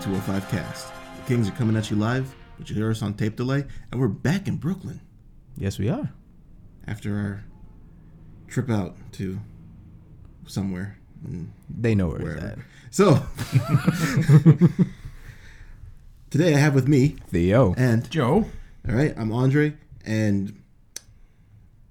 205 Cast. The Kings are coming at you live, but you hear us on tape delay, and we're back in Brooklyn Yes, we are. after our trip out to somewhere. And They know where, it's at. wherever. So, today I have with me, Theo. and Joe. all right, I'm Andre, and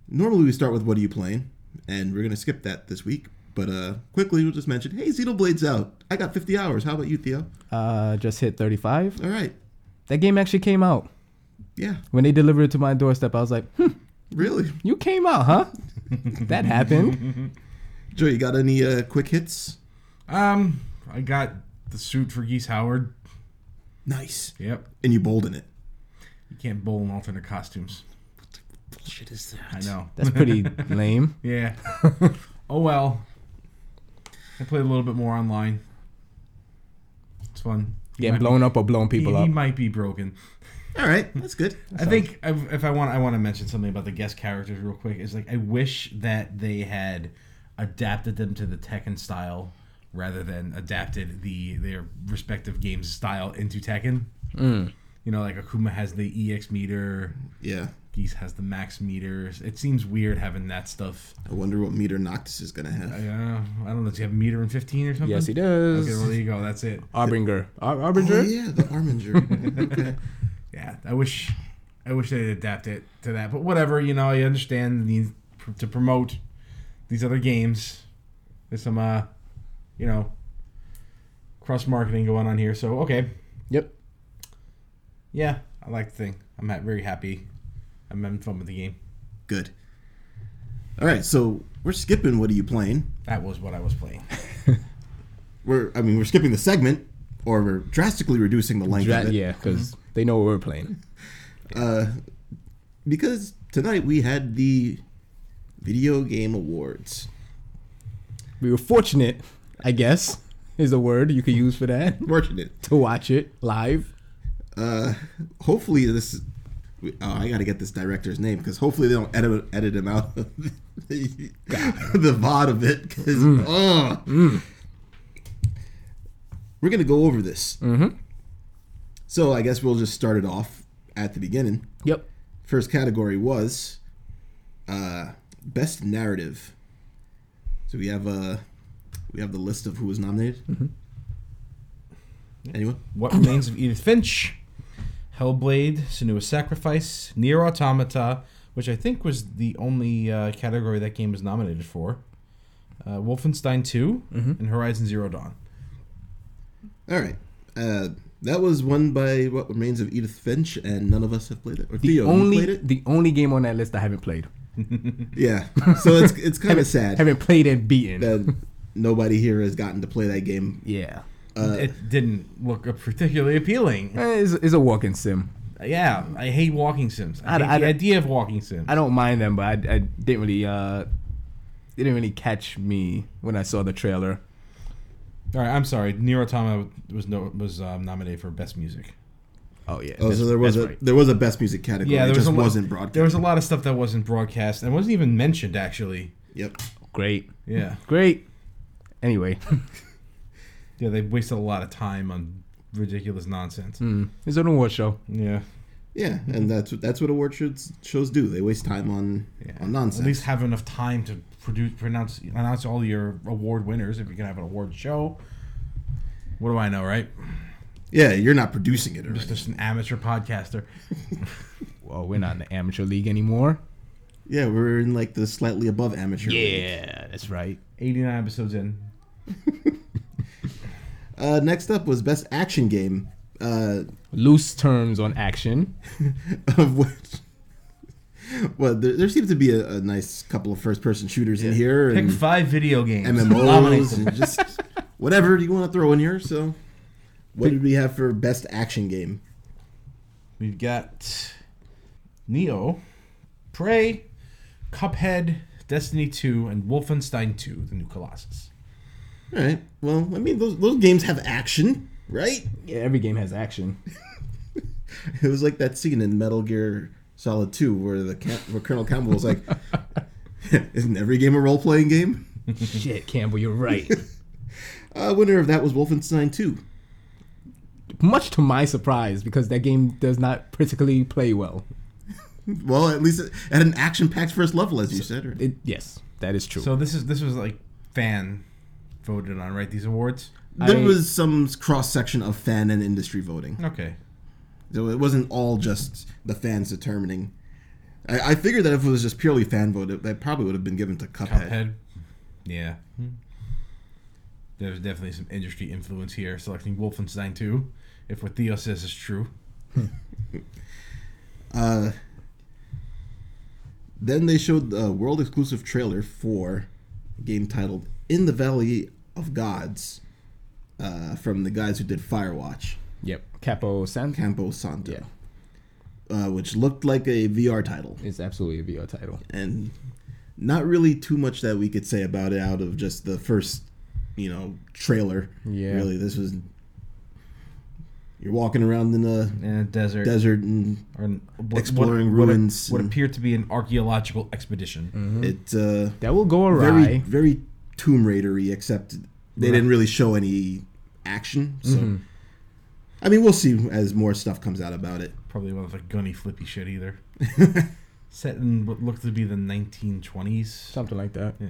normally we start with what are you playing, and we're going to skip that this week. But uh, quickly, we'll just mention hey, Zeno Blade's out. I got 50 hours. How about you, Theo? Uh, just hit 35. All right. That game actually came out. Yeah, When they delivered it to my doorstep, I was like, hmm, really. you came out, huh? that happened. Joe, you got any uh, quick hits? Um, I got the suit for Geese Howard. Nice. Yep. And you bold in it. You can't bowl in alternate costumes. Bullshit is I that? know. That's pretty lame. Yeah. oh well. I played a little bit more online. It's fun. He Getting might- blown up or blowing people he, up. He might be broken. All right, that's good. I think i if I want, I want to mention something about the guest characters real quick. Is like I wish that they had adapted them to the Tekken style rather than adapted the their respective games style into Tekken. Mm. You know, like Akuma has the EX meter, Yeah. Geese has the max meters. It seems weird having that stuff. I wonder what meter Noctis is gonna have. I, uh, I don't know. Does he have a meter in fifteen or something? Yes, he does. Okay, well there you go. That's it. Arbinger. Ar- Oh Arbinger? yeah, the Arminger. okay. yeah, I wish, I wish they'd adapt it to that. But whatever, you know, I understand the need pr- to promote these other games. There's some, uh, you know, cross marketing going on here. So okay, Yep. yeah, I like the thing. I'm ha- very happy. I'm having fun with the game. Good. All right, so we're skipping. What are you playing? That was what I was playing. We're, I mean, we're skipping the segment, or we're drastically reducing the length Dra- of it. yeah, because Mm-hmm. they know what we're playing. Uh, because tonight we had the video game awards. We were fortunate, I guess, is a word you could use for that, Fortunate. to watch it live. Uh, hopefully this. Oh, I gotta get this director's name because hopefully they don't edit edit him out of the, the VOD of it. 'cause, ugh. We're gonna go over this. Mhm. So I guess we'll just start it off at the beginning. Yep. First category was uh, best narrative. So we have uh, we have the list of who was nominated. Anyone? What Remains of Edith Finch, Hellblade, Senua's Sacrifice, Near Automata, which I think was the only uh, category that game was nominated for, uh, Wolfenstein 2, Mm-hmm. and Horizon Zero Dawn. All right. Uh, that was won by What Remains of Edith Finch, and none of us have played it. Or The Theo, only you played it? the only game on that list I haven't played. Yeah. So it's it's kind of sad Haven't played and beaten. that nobody here has gotten to play that game. yeah. Uh, it didn't look particularly appealing. Eh, It's, it's a walking sim. Yeah, I hate walking sims. I, I'd- hate I'd- the idea of walking sims. I don't mind them, but I, I didn't really uh it didn't really catch me when I saw the trailer. All right, I'm sorry. Near Automata was no was um, nominated for best music. Oh yeah. Oh, so there was that's a right. there was a best music category. Yeah, there it was just a lot, wasn't broadcast. There was a lot of stuff that wasn't broadcast and wasn't even mentioned actually. yep. Great. Yeah. Great. Anyway, Yeah, they wasted a lot of time on ridiculous nonsense. mm, it's an award show. Yeah. Yeah, and that's what that's what award shows shows do. They waste time on yeah. on nonsense. At least have enough time to produce, pronounce, announce all your award winners if you're gonna have an award show. What do I know, right? yeah, you're not producing it. Or Just, just an amateur podcaster. Well, we're not in the amateur league anymore. Yeah, we're in like the slightly above amateur. league. Yeah, that's right. 89 episodes in. Uh, next up was best action game, uh, Loose terms on action. of which. Well, there, there seems to be a, a nice couple of first-person shooters in here. Pick and- five video games. Nominate MMOs them. and just whatever you want to throw in here. So, what did we have for best action game? We've got Neo, Prey, Cuphead, Destiny 2, and Wolfenstein 2: The New Colossus. All right. Well, I mean, those those games have action, right? Yeah, every game has action. It was like that scene in Metal Gear Solid Two where the Cam- where Colonel Campbell was like, "Isn't every game a role playing game?" Shit, Campbell, you're right. Uh, winner of that was Wolfenstein Two. much to my surprise, because that game does not particularly play well. Well, at least it had an action-packed first level, as you said. right? It, yes, that is true. So this is this was like fan voted on, right? These awards. there I- was some cross section of fan and industry voting, Okay. so it wasn't all just the fans determining. I, I figured that if it was just purely fan voted, that probably would have been given to Cuphead. Cuphead. Yeah. There's definitely some industry influence here, selecting Wolfenstein 2, if what Theo says is true. Uh, then they showed the world exclusive trailer for a game titled "In the Valley of Gods" uh, from the guys who did Firewatch, yep, Capo San Campo Santo, uh, which looked like a VR title. is absolutely a VR title. and not really too much that we could say about it out of just the first, you know, trailer. Yeah. Really, this was you're walking around in the In a desert. desert and Or an, what, Exploring what, ruins What, what and- appeared to be an archaeological expedition. it's uh, That will go awry. very very Tomb Raidery, except they didn't really show any action. So, I mean, we'll see as more stuff comes out about it. Probably one of the gunny flippy shit either. Set in what looked to be the 1920s. Something like that. Yeah.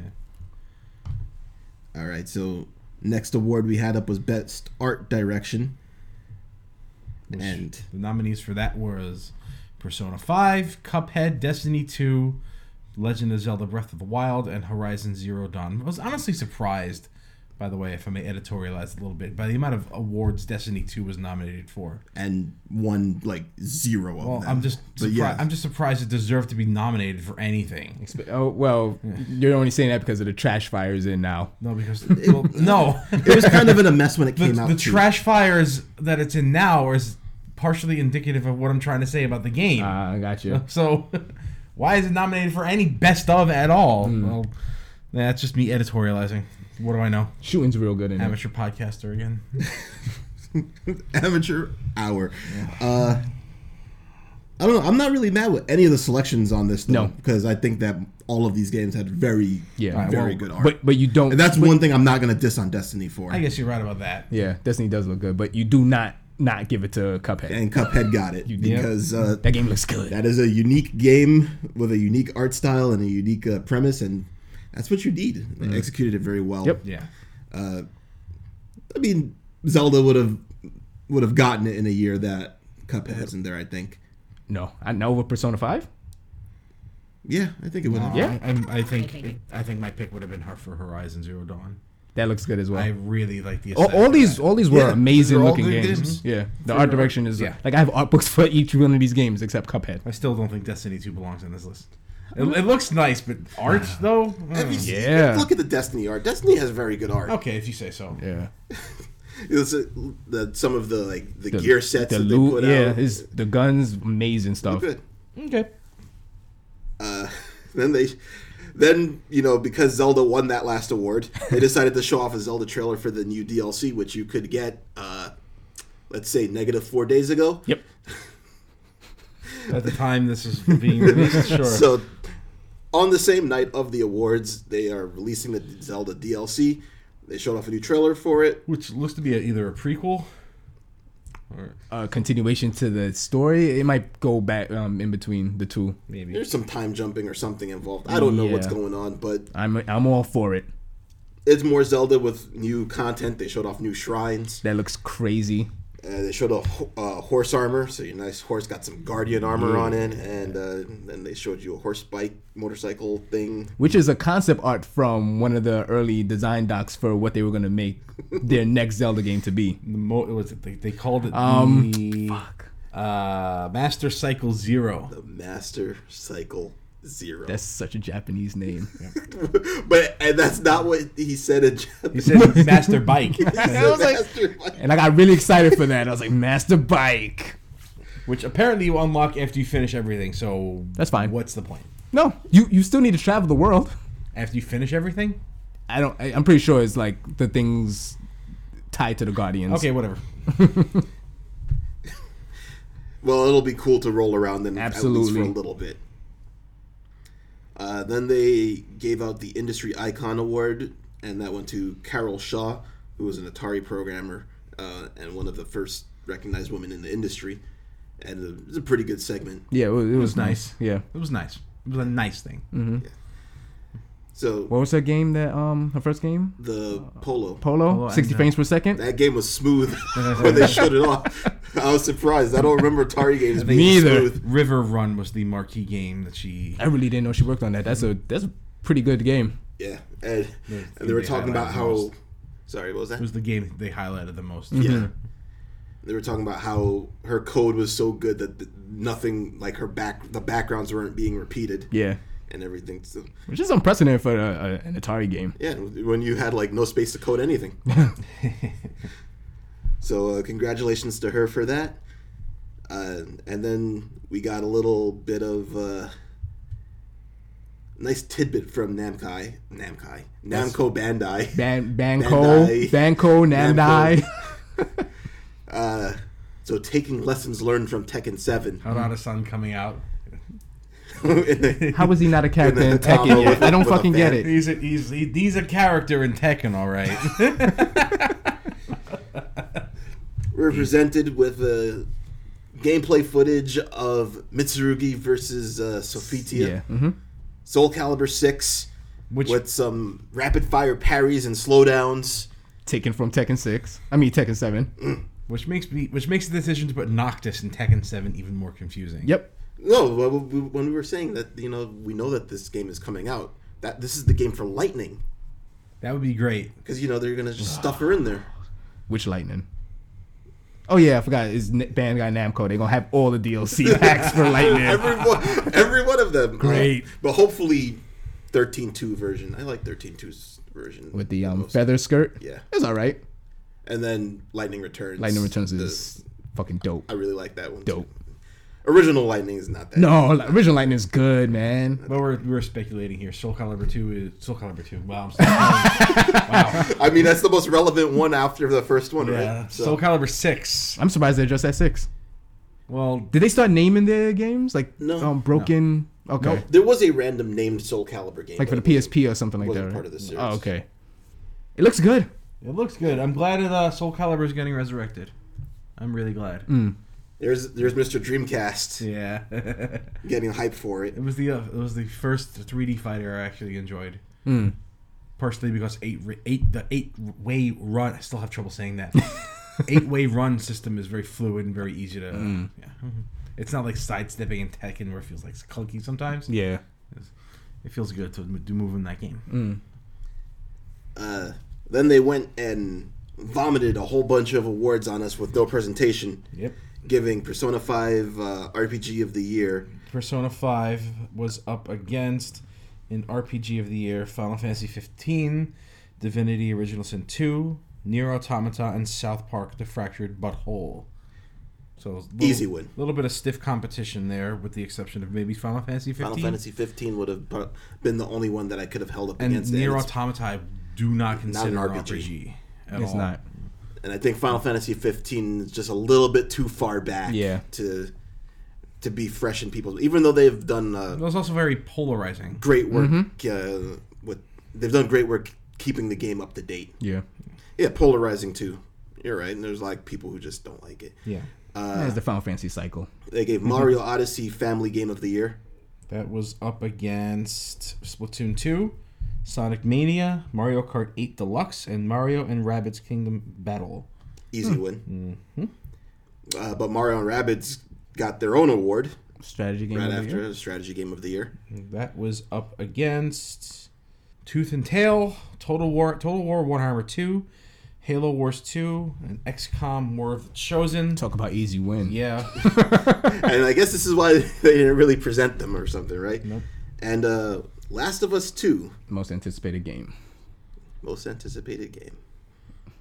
All right, so next award we had up was best art direction, Which- and The nominees for that was Persona 5, Cuphead, Destiny 2, Legend of Zelda Breath of the Wild, and Horizon Zero Dawn. I was honestly surprised, by the way, if I may editorialize a little bit, by the amount of awards Destiny 2 was nominated for. and won like zero of Well, them. I'm just But surprised. yeah. I'm just surprised it deserved to be nominated for anything. Expe- Oh well, you're only saying that because of the trash fires in now. No, because well, no, it was kind of in a mess when it the, came out. the too. trash fires that it's in now is partially indicative of what I'm trying to say about the game. Uh, Ah, I got you. So, why is it nominated for any best of at all? Well, that's just me editorializing. What do I know? Shooting's real good in it. Amateur podcaster again. amateur hour. Uh, I don't know. I'm not really mad with any of the selections on this, though, No. because I think that all of these games had very, Yeah. Alright, very well, good art. But but you don't. and that's one thing I'm not going to diss on Destiny for. I guess you're right about that. yeah, Destiny does look good, but you do not not give it to Cuphead. and Cuphead got it because uh, that game looks good. that is a unique game with a unique art style and a unique uh, premise, and that's what you need. They executed it very well. Uh, Yep. Yeah. I mean, Zelda would have would have gotten it in a year that Cuphead wasn't there. I think. no, I know with Persona Five. Yeah, I think it would have. Yeah. I, Um, I, I think I think my pick would have been her for Horizon Zero Dawn. That looks good as well. I really like the all, aesthetic all of these, that. all these were Yeah, these are amazing all looking good games. games. Yeah, the art direction is like I have art books for each one of these games except Cuphead. I still don't think Destiny Two belongs on this list. It, it looks nice, but art though. Have you Mm. seen- Yeah. Oh. Look at the Destiny art. Destiny has very good art. Okay, if you say so. Yeah, It's, uh, the, some of the like the, The- gear sets the that they loot, put yeah, out. his the guns, amazing stuff. good. Okay, Uh, then they, then you know because Zelda won that last award, they decided to show off a Zelda trailer for the new DLC, which you could get. Uh, let's say negative four days ago. yep. At the time this is being released, sure. So, on the same night of the awards, they are releasing the Zelda DLC. They showed off a new trailer for it. Which looks to be a, either a prequel or Uh, continuation to the story. It might go back um, in between the two. maybe There's some time jumping or something involved. I don't know what's Yeah. going on, but I'm I'm all for it. it's more Zelda with new content. They showed off new shrines. That looks crazy. Uh, they showed a ho- uh, horse armor, so your nice horse got some guardian armor on it, and uh, then they showed you a horse bike motorcycle thing. Which is a concept art from one of the early design docs for what they were gonna make their next Zelda game to be. the mo- it was they, they called it Um, the Fuck. uh, Master Cycle Zero. The Master Cycle Zero. That's such a Japanese name. but and that's not what he said in He Japanese. said Master Bike, I was like- Master Bike. And I got really excited for that. I was like, Master Bike. which apparently you unlock after you finish everything. So That's fine. What's the point? No, you, you still need to travel the world. After you finish everything? I don't. I, I'm pretty sure it's like the things tied to the Guardians. Okay, whatever. Well, it'll be cool to roll around them at least Absolutely. for a little bit. Uh, then they gave out the Industry Icon Award, and that went to Carol Shaw, who was an Atari programmer uh, and one of the first recognized women in the industry, and it was a pretty good segment. Yeah, it was, it was nice. nice. Yeah. It was nice. It was a nice thing. Mm-hmm. So What was her game that um her first game? the polo. Polo, Polo, uh, I 60 know. frames per second. That game was smooth when they shut it off. I was surprised. I don't remember Atari games being Me either. smooth. River Run was the marquee game that she. I really didn't know she worked on that. That's a that's a pretty good game. Yeah, and, Yeah, and they were they talking about highlighted how. most. Sorry, what was that? It was the game they highlighted the most. Mm-hmm. Yeah. They were talking about how her code was so good that th- nothing like her back the backgrounds weren't being repeated Yeah, and everything. So, which is unprecedented for a, a, an Atari game. yeah, when you had like no space to code anything. so uh, congratulations to her for that. Uh, and then we got a little bit of uh, nice tidbit from Namkai, Namkai, Namco Bandai. Ban Banco, Bandai. Banco, Namdai. Uh, so taking lessons learned from Tekken Seven. Oh. Harada Sun coming out. How was he not a character In in the combo Tekken? yet? with- I don't with a fucking get fan. it. He's a, he's, he, he's a character in Tekken, all right. We're presented with uh, gameplay footage of Mitsurugi versus uh, Sofitia, Yeah. hmm Soul Calibur Six, Which with some rapid fire parries and slowdowns. Taken from Tekken 6. I mean Tekken Mm. 7. which makes me which makes the decision to put Noctis in Tekken Seven even more confusing. Yep. No, well, we- when we were saying that, you know, we know that this game is coming out. That this is the game for Lightning, that would be great. because you know they're gonna just stuff her in there. Which Lightning? Oh yeah, I forgot. Is Bandai Namco? They gonna have all the DLC packs for Lightning. Every one, every one of them. Great. Uh, but hopefully, thirteen two version. I like thirteen 2's version With the um, most. feather skirt, Yeah. it's all right. and then Lightning Returns. Lightning Returns The- is fucking dope. I really like that one. too. Dope. Original Lightning is not that. No, like, original Lightning is good, man. But we're, we're speculating here. Soul Calibur Two is Soul Calibur Two. Wow, I'm sorry. wow. I mean that's the most relevant one after the first one, Yeah. right? Soul Calibur Six. I'm surprised they're just at six. Well, Did they start naming their games like No. um, Broken? Okay, Nope. there was a random named Soul Calibur game, like for the but PSP or something like Wasn't that. Right? part of the series. Oh, okay. It looks good. it looks good. I'm glad that uh, Soul Calibur is getting resurrected. I'm really glad. There's there's Mr. Dreamcast Yeah. it getting hype for it. was the uh, it was the first 3D fighter I actually enjoyed. Mm. partially because eight re- eight the eight way run. I still have trouble saying that. eight way run system is very fluid and very easy to. Yeah. mm-hmm. It's not like sidestepping in Tekken where it feels like it's clunky sometimes. Yeah. It feels good to m- do move in that game. Hmm. Uh, then they went and vomited a whole bunch of awards on us with no presentation, Yep. giving Persona 5 uh, RPG of the year. Persona Five was up against in RPG of the Year Final Fantasy fifteen, Divinity Original Sin two, Nier Automata, and South Park: The Fractured But Whole. So it was a little, Easy win. A little bit of stiff competition there, with the exception of maybe Final Fantasy fifteen. Final Fantasy 15 would have pro- been the only one that I could have held up and against it. Nier And it's- Automata I do not consider an RPG. RPG. at It's all. not. and I think Final Fantasy 15 is just a little bit too far back Yeah. to to be fresh in people's. Even though they've done It uh, was also very polarizing. great work Mm-hmm. uh, with they've done great work keeping the game up to date. Yeah. Yeah, polarizing too. You're right. And there's like people who just don't like it. Yeah, Ah. That's the Final Fantasy cycle. They gave Mm-hmm. Mario Odyssey Family Game of the Year. that was up against Splatoon two, Sonic Mania, Mario Kart Eight Deluxe, and Mario and Rabbids Kingdom Battle. Easy Hmm. win. Mm-hmm. Uh, but Mario and Rabbids got their own award Strategy game. right of the after year. Strategy Game of the Year. That was up against Tooth and Tail, Total War, Total War Warhammer two, Halo Wars two, and XCOM War of the Chosen. Talk about easy win. Yeah, and I guess this is why they didn't really present them or something, right? Nope. And uh, Last of Us 2, Most anticipated game. most anticipated game.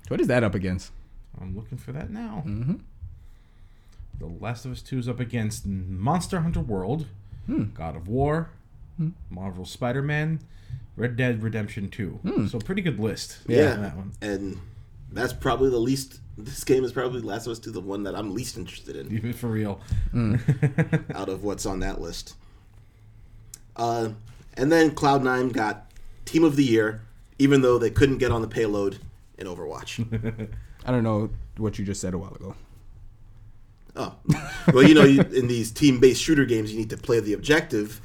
What is that up against? I'm looking for that now. Mm-hmm. The Last of Us 2 is up against Monster Hunter World, Hmm. God of War, Marvel Spider Man, Red Dead Redemption 2. Hmm. So, pretty good list. Yeah. on That one. And that's probably the least. This game is probably Last of Us 2, the one that I'm least interested in Even For real. out of what's on that list. Uh, and then Cloud9 got Team of the Year, even though they couldn't get on the payload in Overwatch. I don't know what you just said a while ago. Oh, well, you know, you, in these team-based shooter games, you need to play the objective,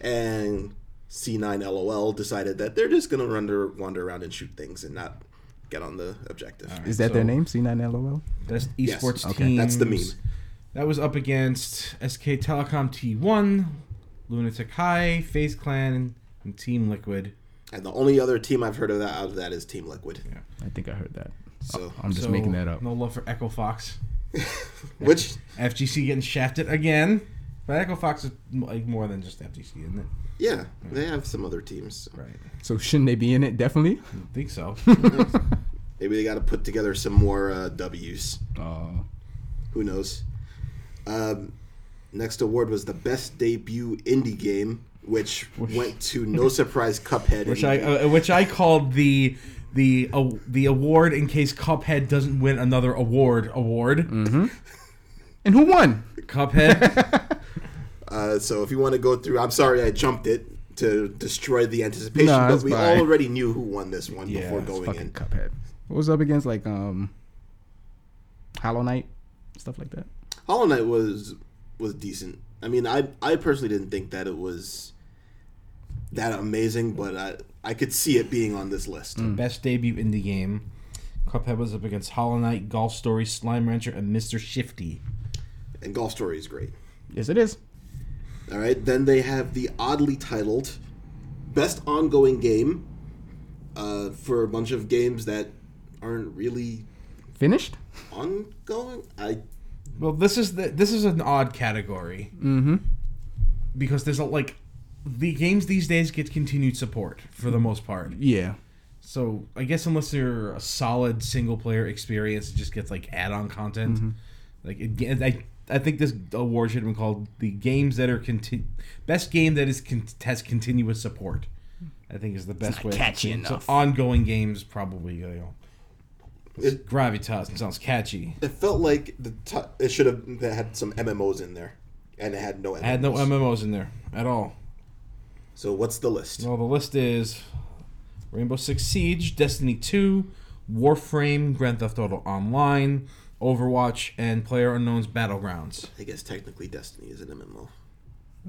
and C9LOL decided that they're just gonna wander wander around and shoot things and not get on the objective. Is that their name? C9LOL. That's Yes. esports team. Okay. That's the meme. That was up against SK Telecom T1, Lunatic High, Phase Clan, and Team Liquid. And the only other team I've heard of that out of that is Team Liquid. I think I heard that. So, I'm just So, making that up. No love for Echo Fox. which FGC getting shafted again. But Echo Fox is m- like more than just FGC, isn't it? yeah, they have some other teams. Right. So shouldn't they be in it? Definitely. I think so. Maybe they got to put together some more uh, W's. Oh, Who knows? Um, next award was the best debut indie game, which went to no surprise Cuphead. which and- I uh, which I called the the uh, the award in case Cuphead doesn't win another award award. and who won? Cuphead. Uh, so if you want to go through, I'm sorry I jumped it to destroy the anticipation, No, but that's we fine. already knew who won this one Yeah, before it's going Fucking in. Cuphead. What was up against like um, Hollow Knight, stuff like that. Hollow Knight was was decent. I mean, I I personally didn't think that it was that amazing, but I I could see it being on this list. Mm. Best debut indie game. Cuphead was up against Hollow Knight, Golf Story, Slime Rancher, and Mr. Shifty. And Golf Story is great. Yes, it is. All right, then they have the oddly titled best ongoing game uh, for a bunch of games that aren't really Finished. ongoing. I Well, this is the this is an odd category. Mm-hmm. Because there's a like the games these days get continued support for the most part. Yeah. So I guess unless you're a solid single player experience, it just gets like add-on content. Like it, ge- I, I think this award should have been called the games that are conti- best game that is con- has continuous support. I think is the best not way. catchy so enough. ongoing games probably you know. It- gravitas and sounds catchy. it felt like the t- it should have it had some MMOs in there, and it had no. MMOs. I had no MMOs in there at all. So what's the list? Well, the list is Rainbow Six Siege, Destiny 2, Warframe, Grand Theft Auto Online, Overwatch, and Player Unknown's Battlegrounds. I guess technically Destiny is an MMO,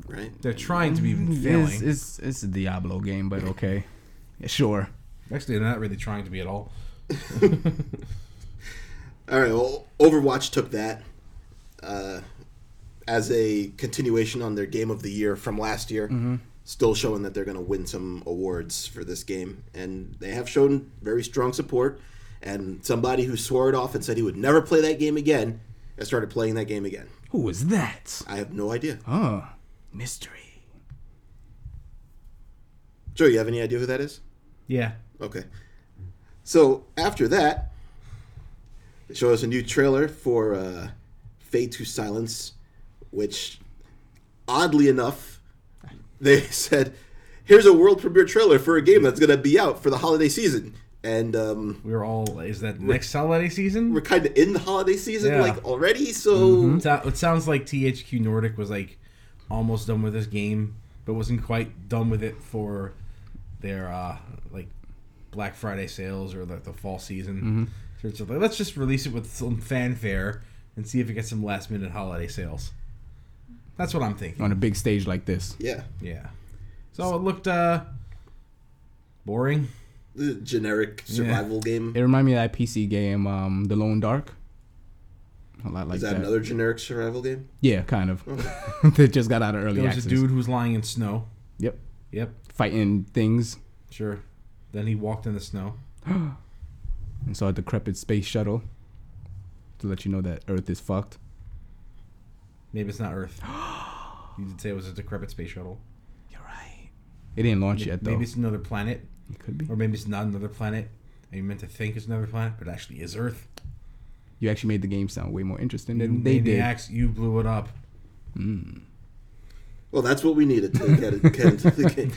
right? They're trying to be Mm-hmm. even Mm, failing. It's, it's it's a Diablo game, but okay. Yeah, sure. Actually, they're not really trying to be at all. All right. Well, Overwatch took that uh, as a continuation on their game of the year from last year. Mm-hmm. Still showing that they're going to win some awards for this game, and they have shown very strong support. And somebody who swore it off and said he would never play that game again, has started playing that game again. Who was that? I have no idea. Huh. Mystery. Joe, you have any idea who that is? Yeah. Okay. So after that, they show us a new trailer for uh, Fade to Silence, which, oddly enough, they said, "Here's a world premiere trailer for a game that's gonna be out for the holiday season." And um, We were all. Is that next holiday season? we're kind of in the holiday season, Yeah. Mm-hmm. like already. So It sou- it sounds like THQ Nordic was like almost done with this game, but wasn't quite done with it for their uh, like Black Friday sales or like the fall season. So it's like, let's just release it with some fanfare and see if it gets some last minute holiday sales. That's what I'm thinking. On a big stage like this. yeah, Yeah. So it looked uh, boring. the generic survival game. It reminded me of that PC game, um, The Lone Dark. A lot like Is that another generic survival game? Yeah, kind of. they just got out of early There was access. a dude who was lying in snow. Yep. Yep, Fighting things. sure. Then he walked in the snow. and saw a decrepit space shuttle to let you know that Earth is fucked. Maybe it's not Earth. You did say it was a decrepit space shuttle. You're right. It didn't launch yet though. Maybe it's another planet, it could be. or maybe it's not another planet. And you meant to think it's another planet, but it actually is Earth. You actually made the game sound way more interesting than they did. Maniacs, you blew it up. Well, that's what we needed to get, get into the game.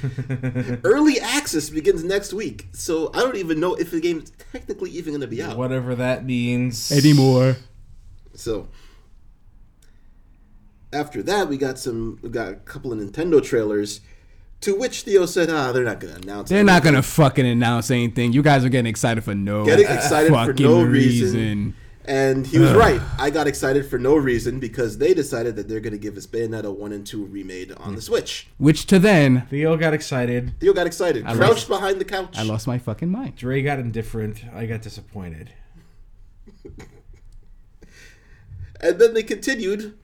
Early access begins next week, so I don't even know if the game's technically even going to be out. Whatever that means. Anymore. So after that, we got some, we got a couple of Nintendo trailers. To which Theo said, "Ah, they're not going to announce. They're it." not gonna fucking announce anything. You guys are getting excited for no getting excited for fucking no reason. And he was right. I got excited for no reason because they decided that they're going to give us Bayonetta 1 and 2 remade on the Hmm. Switch. Which to then, Theo got excited. Theo got excited, lost- crouched behind the couch. I lost my fucking mind. Dre got indifferent. I got disappointed. And then they continued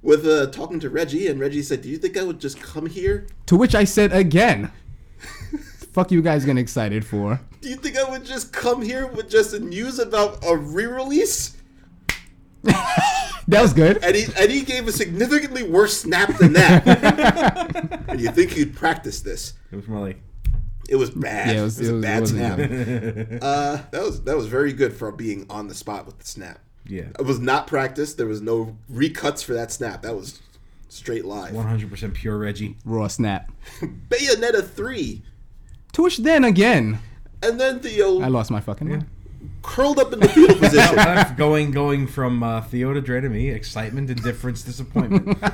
with uh, talking to Reggie, and Reggie said, Do you think I would just come here? To which I said again, "Fuck you guys getting excited for." Do you think I would just come here with just news about a re release? That was good. And he, and he gave a significantly worse snap than that. and you think he'd practice this? It was more like It was bad. Yeah, it was, a bad wasn't snap. good. Uh, that was that was very good for being on the spot with the snap. yeah, It was not practiced. There was no recuts for that snap. That was straight live. one hundred percent pure Reggie. Raw snap. Bayonetta three, To which then again, and then I Theo lost my fucking mind. curled up in the fetal position. Left going going from uh, Theo to Dre to me, excitement, indifference, disappointment. no,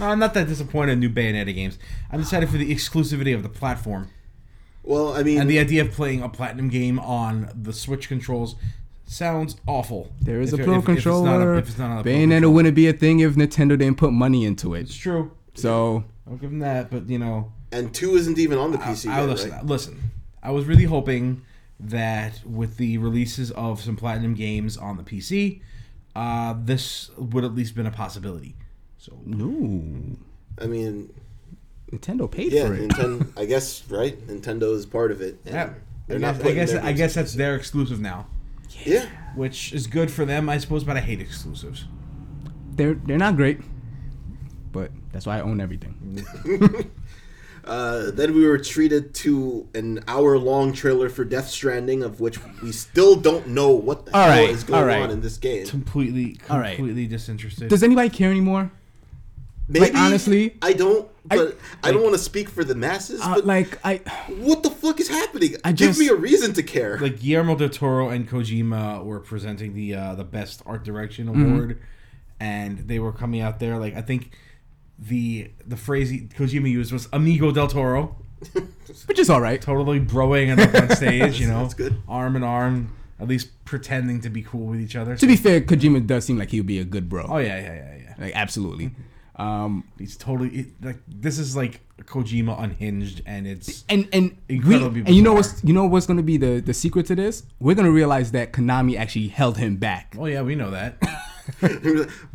I'm not that disappointed in new Bayonetta games. I'm excited for the exclusivity of the platform Well, I mean, and the idea of playing a platinum game on the Switch controls. Sounds awful. There is If a it- pro if- if it's not a- controller. if it's not on a pro Bayonetta controller. wouldn't be a thing if Nintendo didn't put money into It's it. true. So I'll give them that, but you know, and two isn't even on the I, PC. I yet, listen, right? listen. I was really hoping that with the releases of some platinum games on the PC, uh, this would at least been a possibility. So no, I mean, Nintendo paid yeah, for it. Nintendo. I guess right. Nintendo is part of it. and yeah, I they're not. guess, I putting guess their I guess that's their exclusive now, Yeah, which is good for them, I suppose. But I hate exclusives. They're they're not great, but that's why I own everything. Uh, then we were treated to an hour-long trailer for Death Stranding, of which we still don't know what the All hell right, is going all right. on in this game. Completely, All right. completely disinterested. Does anybody care anymore? Maybe honestly, I don't. But I, don't want to speak for the masses. Uh, but like I, what the fuck is happening? I Give just- me a reason to care. like Guillermo del Toro and Kojima were presenting the uh, the best art direction award, and they were coming out there like I think the the phrase he- Kojima used was "amigo del Toro," which is all right. totally broing it up on stage, you know, That's good. arm in arm, at least pretending to be cool with each other. To be fair, Kojima does seem like he would be a good bro. oh yeah, yeah, yeah, yeah. Like absolutely. Um, He's totally it, like this is like Kojima unhinged, and it's and and we, Incredibly and you know bizarre. what's you know what's gonna be the the secret to this? We're gonna realize that Konami actually held him back. oh yeah, we know that.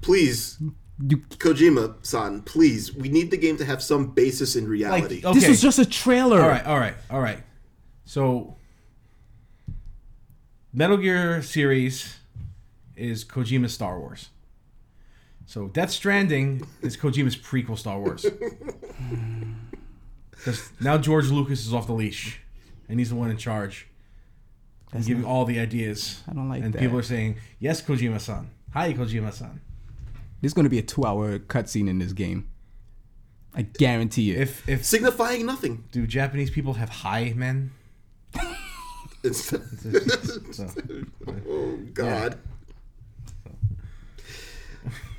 please, You- Kojima-san, please, we need the game to have some basis in Like, reality. This was just a trailer. All right, all right, all right. So, Metal Gear series is Kojima's Star Wars. So, Death Stranding is Kojima's prequel Star Wars. Because now George Lucas is off the leash, and he's the one in charge. He's giving all the ideas. I don't like And that. people are saying, "Yes, Kojima-san. Hi, Kojima-san." There's gonna be a two-hour cutscene in this game. I guarantee it. If if Signifying nothing. do Japanese people have high men? It's, So, oh God.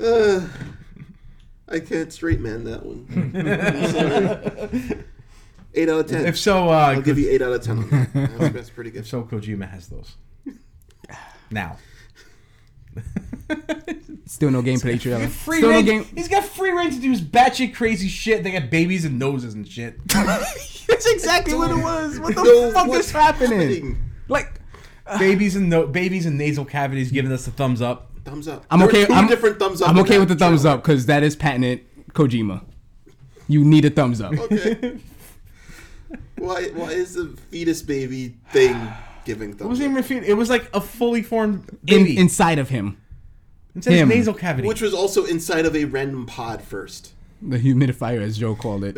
Uh, I can't straight man that one. I'm sorry. Eight out of ten. if so, uh, I'll give you eight out of ten. On that. That's, that's pretty good. If so, Kojima has those. Now. Still no gameplay trailer. Free Still no range, game. He's got free range to do his batshit crazy shit. They got babies and noses and shit. That's exactly what it was. What the No, fuck what's is happening? happening? Like, babies and no, babies and nasal cavities giving us the thumbs up. Thumbs up. I'm There okay. were two I'm different thumbs up. I'm in okay that with the trailer. thumbs up because that is patented Kojima. You need a thumbs up. Okay. why? Why is the fetus baby thing giving It thumbs wasn't up? even a feed. It was like a fully formed In, baby. inside of him, Instead of him. nasal cavity. Which was also inside of a random pod first. the humidifier, as Joe called it.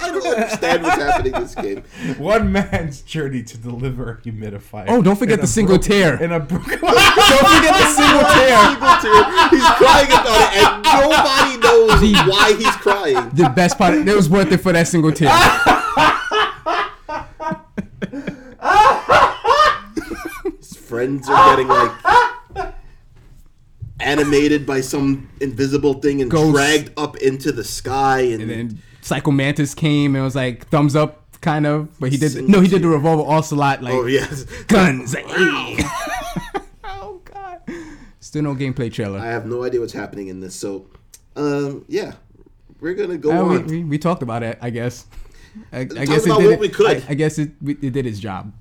I don't understand what's happening in this game. One man's journey to deliver a humidifier. Oh, don't forget In a the single tear. In a broken. Don't forget the single tear. People too, He's crying about it, and nobody knows why he's crying. The best part. It was worth it for that single tear. His friends are getting like animated by some invisible thing and Ghosts. dragged up into the sky, and, And then Psycho Mantis came and was like thumbs up, kind of. But he did Single Oh, no, he did the tear. revolver off a lot. Like oh yes, guns. Like, "Hey." oh Still no gameplay trailer. I have no idea what's happening in this. So, um, yeah, we're gonna go Uh, we, on. we, we talked about it, I guess. I, I guess about it did what it- we could. I, I guess it we- it did its job.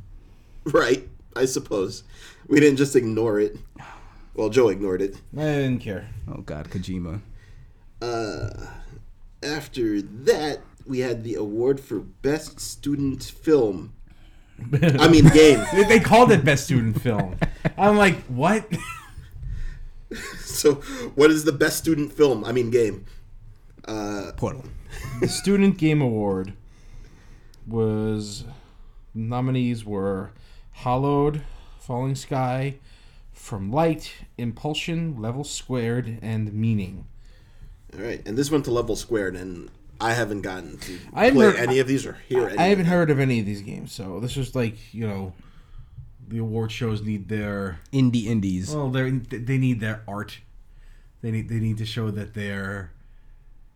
Right, I suppose we didn't just ignore it. Well, Joe ignored it. I didn't care. Oh God, Kojima. Uh, After that, we had the award for best student film. I mean, game. They- They called it best student film. I'm like, what? So, what is the best student film? I mean, game. Uh, Portal. The Student Game Award was nominees were Hollowed, Falling Sky, From Light, Impulsion, Level Squared, and Meaning. all right, and this went to level squared, and I haven't gotten to I haven't play heard- any of these or hear any. I of haven't heard of any of these games, so this is like you know, the award shows need their Indie indies. well, they they need their art. They need they need to show that they're,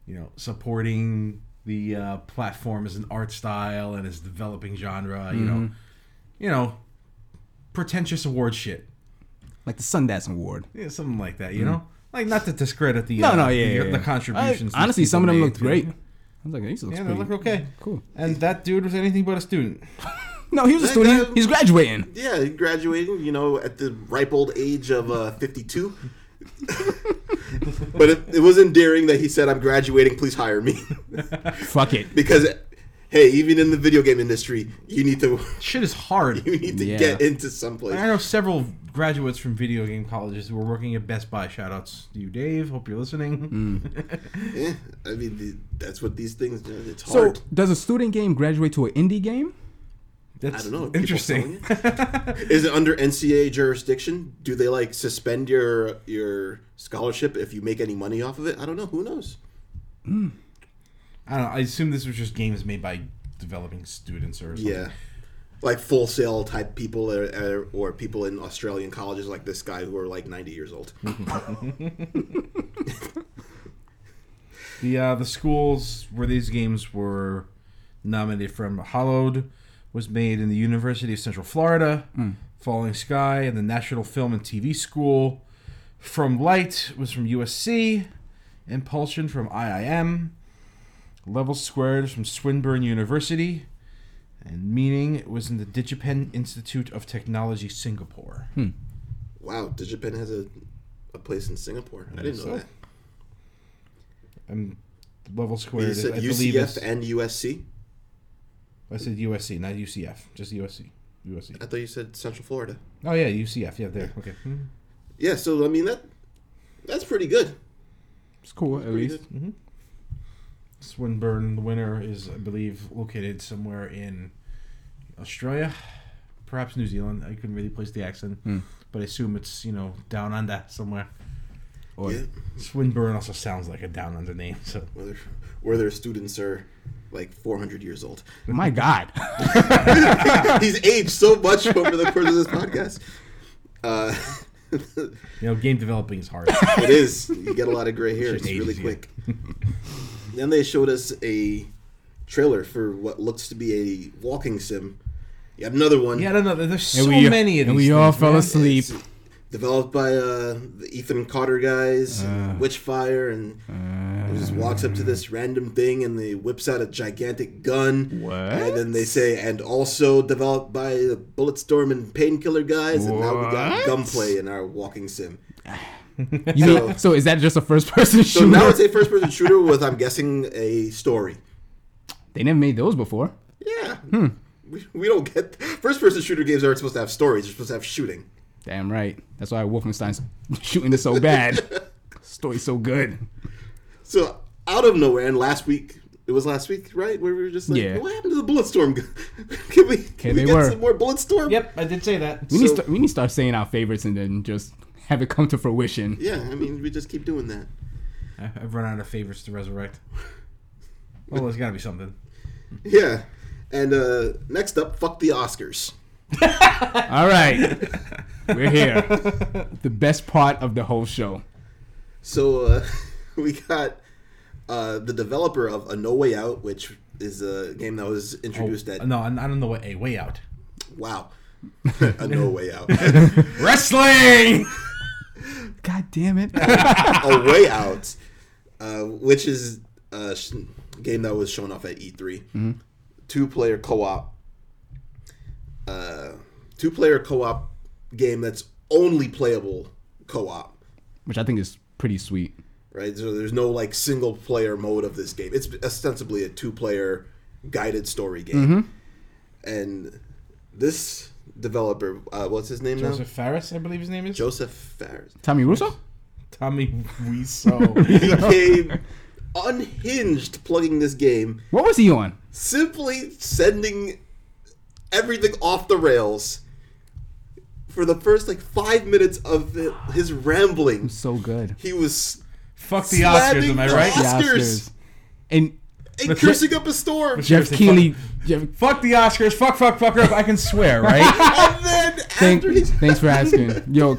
you know, supporting the uh, platform as an art style and as developing genre. You know, Mm-hmm. you know, pretentious award shit. Like the Sundance Award. Yeah, something like that. You know, like not to discredit the Mm. No, uh, no, yeah, the, yeah, the yeah. contributions. I- honestly, these some of people them made looked great. to- I was like, these looks Yeah, they pretty look okay. Cool. And that dude was anything but a student. No, he was a That student. guy- He's graduating. Yeah, graduating, you know, at the ripe old age of uh, 52. but it, it was endearing that he said, I'm graduating, please hire me. Fuck it. because, hey, even in the video game industry, you need to Shit is hard. you need to Yeah. get into someplace. I know several graduates from video game colleges who are working at Best Buy. Shout outs to you, Dave. Hope you're listening. Mm. Eh, I mean, the, that's what these things do. It's So, hard. does a student game graduate to an indie game? That's I don't know. people Interesting. Is it under NCAA jurisdiction? Do they like suspend your your scholarship if you make any money off of it? I don't know. Who knows? I don't know. I assume this was just games made by developing students or something. Yeah. Like full sale type people or- or, or people in Australian colleges like this guy who are like 90 years old. Hmm. The uh, the schools where these games were nominated from Hollowed was made in the University of Central Florida, Falling Sky, and the National Film and TV School. From Light was from USC, Impulsion from IIM, Level Squared was from Swinburne University, and Meaning was in the Digipen Institute of Technology, Singapore. Hmm. Wow, Digipen has a, a place in Singapore. I didn't know so. that. And um, Level Squared, You is, said I believe, UCF is, and USC? I said USC, not UCF, just USC. USC. I thought you said Central Florida. Oh yeah, UCF. Yeah, there. Okay. Mhm. Yeah, so I mean that that's pretty good. It's cool, at Pretty least. good. Swinburne, the winner, is I believe located somewhere in Australia, perhaps New Zealand. I couldn't really place the accent, Hmm. but I assume it's you know down under somewhere. Or Yeah. Swinburne also sounds like a down under name, so Where their, where their students are like 400 years old. my God. He's aged so much over the course of this podcast. Uh, you know game developing is hard. it is. You get a lot of gray hair. It's It's just really ages, quick. then they showed us a trailer for what looks to be a walking sim. You have another one. yeah, I don't know. There's so and we, many of these. and we all things, fell man. asleep. It's developed by uh, the Ethan Cotter guys, and Uh. Witchfire, and he just walks up to this random thing and they whips out a gigantic gun. And then they say, and also developed by the Bulletstorm and Painkiller guys, and now we got What? gunplay in our walking sim. You mean- so, is that just a first person So shooter? now it's a first-person shooter with, I'm guessing, a story. they never made those before. Yeah. Hmm. We, we don't get first-person shooter games aren't supposed to have stories; they're supposed to have shooting. Damn right. That's why Wolfenstein's shooting this so bad. Story's so good. So out of nowhere, and last week it was last week, right? Where we were just like, Yeah. what happened to the Bulletstorm? can we can we they get were. some more Bulletstorm? Yep, I did say that. We need So- st- we need to start saying our favorites and then just have it come to fruition. Yeah, I mean, we just keep doing that. I- I've run out of favorites to resurrect. Well, there's got to be something. Yeah. And uh, next up, fuck the Oscars. All right, we're here. The best part of the whole show. So uh, we got uh, the developer of A No Way Out, which is a game that was introduced at Oh, No, I I don't know what a way out. wow, A No Way Out. Wrestling. God damn it. A Way Out, uh, which is a sh- game that was shown off at E E3. Two player co op. Uh, two player co op game that's only playable co op. Which I think is pretty sweet. right? So there's no like single player mode of this game. It's ostensibly a two player guided story game. And this developer, uh, what's his name Joseph now? Ferris, I believe his name is. Joseph Ferris. Tommy Russo? Tommy Wiseau. Became unhinged plugging this game, What was he on? simply sending everything off the rails. For the first like five minutes of his ramblings, So good. he was Fuck the Oscars, am I right? Slapping Yeah, Oscars. And and cursing up a storm. Jeff Seriously, Keeley. fuck. Jeff, Fuck the Oscars. Fuck, fuck, fuck up. I can swear, right? And then thank, after he thanks for asking. Yo,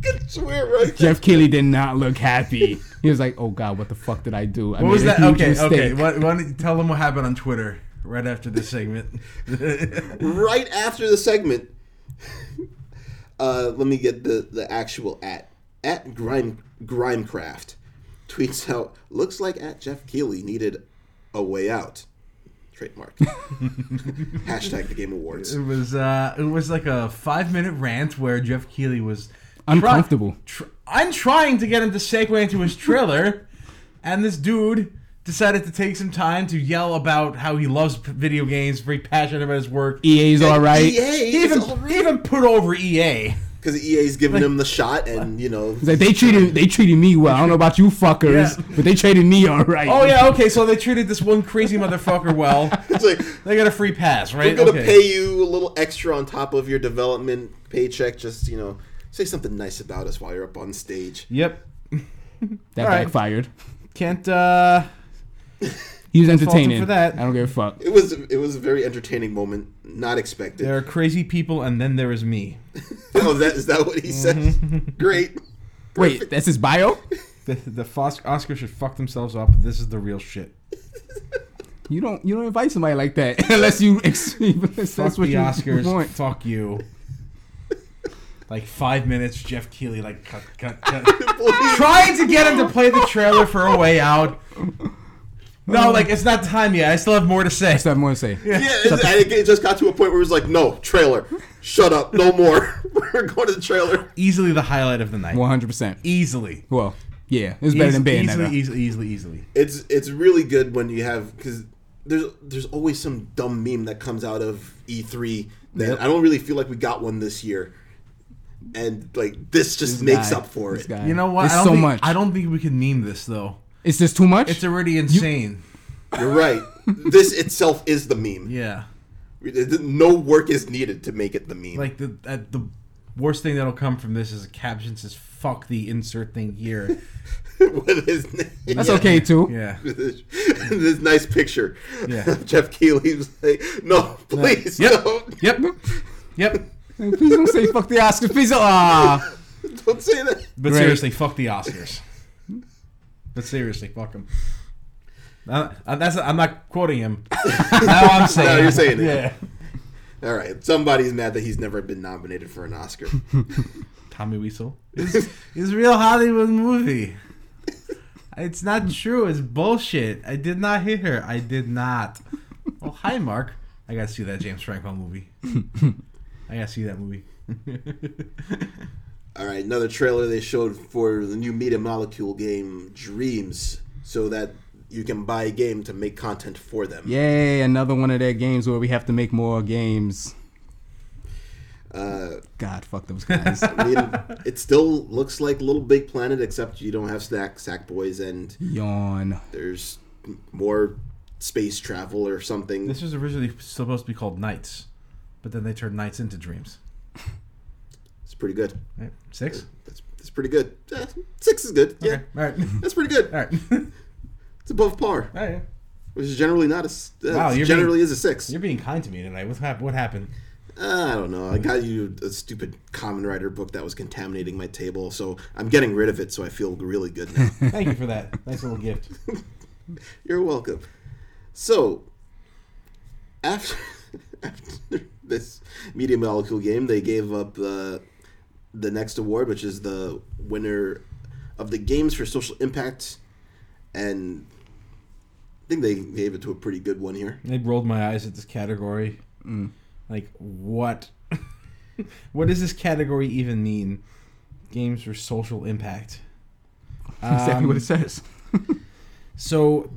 can swear right Jeff Keeley did not look happy. He was like, "Oh God, what the fuck did I do? I What made was a that? huge Okay, okay. mistake." What, why don't you tell them what happened on Twitter right after this segment. right after the segment. Uh, let me get the, the actual at at grime grimecraft tweets out looks like at Jeff Keeley needed a way out trademark hashtag the game awards It was uh, it was like a five minute rant where Jeff Keeley was Uncomfortable. Try, tr- I'm trying to get him to segue into his trailer, and this dude decided to take some time to yell about how he loves p- video games, very passionate about his work. He EA's E all right. E EA even even he even put over E EA. because EA's E giving him the shot and you know He's like, they treated they treated me well. I don't know about you fuckers, Yeah. but they treated me all right. Oh yeah, okay. So they treated this one crazy motherfucker well. it's like They got a free pass, right? we're gonna okay. pay you a little extra on top of your development paycheck just you know say something nice about us while you're up on stage Yep. that all right. backfired. Can't uh He was him entertaining. for that. I don't give a fuck. it was it was a very entertaining moment not expected there are crazy people and then there is me. Oh, that is that what he says? Mm-hmm. Great. Wait, that's his bio. The, the Fos- Oscars should fuck themselves up. This is the real shit. You don't you don't invite somebody like that unless you ex- unless Fuck that's what the you Oscars. want. Fuck you. Like five minutes, Jeff Keeley like cut, cut, cut. trying to get him to play the trailer for a way out. No, Um, like it's not time yet. I still have more to say. That's what I'm gonna say. Yeah, it's- and it, it just got to a point where it was like, no, trailer. Shut up. No more. We're going to the trailer. Easily the highlight of the night. One hundred percent. Easily. Well, yeah, it's better than Bayonetta. easily, easily, easily, easily. It's it's really good when you have because there's there's always some dumb meme that comes out of E3 that I don't really feel like we got one this year, and like this just makes guy. up for This it. guy. You know what? It's I don't so think, much. I don't think we can meme this though. It's just too much. It's already insane. You're right. this itself is the meme. yeah. No work is needed to make it the meme. like the uh, the worst thing that'll come from this is a caption says "fuck the insert thing here." With his name. that's okay too. yeah, this, this nice picture. Yeah. of Jeff Keeley was like, no, please, Yep. don't, yep, yep. Like, please don't say fuck the Oscars. Please don't. Ah. don't say that. But Great. seriously, fuck the Oscars. but seriously, fuck them. that's I'm not quoting him. now I'm saying. No, you're saying it. Yeah. All right, somebody's mad that he's never been nominated for an Oscar. Tommy Weasel. It's, it's a real Hollywood movie. It's not true. It's bullshit. I did not hit her. I did not. Oh, hi, Mark. I gotta see that James Franco movie. I gotta see that movie. All right, another trailer they showed for the new Media Molecule game Dreams, so that you can buy a game to make content for them. Yay! Another one of their games where we have to make more games. Uh, God, fuck those guys. I mean, it still looks like Little Big Planet, except you don't have snack sack boys, and Yawn. there's more space travel or something. This was originally supposed to be called Nights, but then they turned Nights into Dreams. It's pretty good. Right? Six. That's, that's pretty good. Eh, six is good. Yeah, All right. that's pretty good. All right. It's above par, All right. which is generally not a. s- Uh, Wow, you're generally being- is a six. You're being kind to me tonight. What happened? What happened? Uh, I don't know. I got you a stupid Common Rider book that was contaminating my table, so I'm getting rid of it. So I feel really good now. Thank you for that. Nice little gift. you're welcome. So after after this Media Molecule game, they gave up uh, the next award, which is the winner of the games for social impact, and I think they gave it to a pretty good one here. I rolled my eyes at this category. Mm. Like what? what does this category even mean? Games for social impact. exactly what Um, it says. So,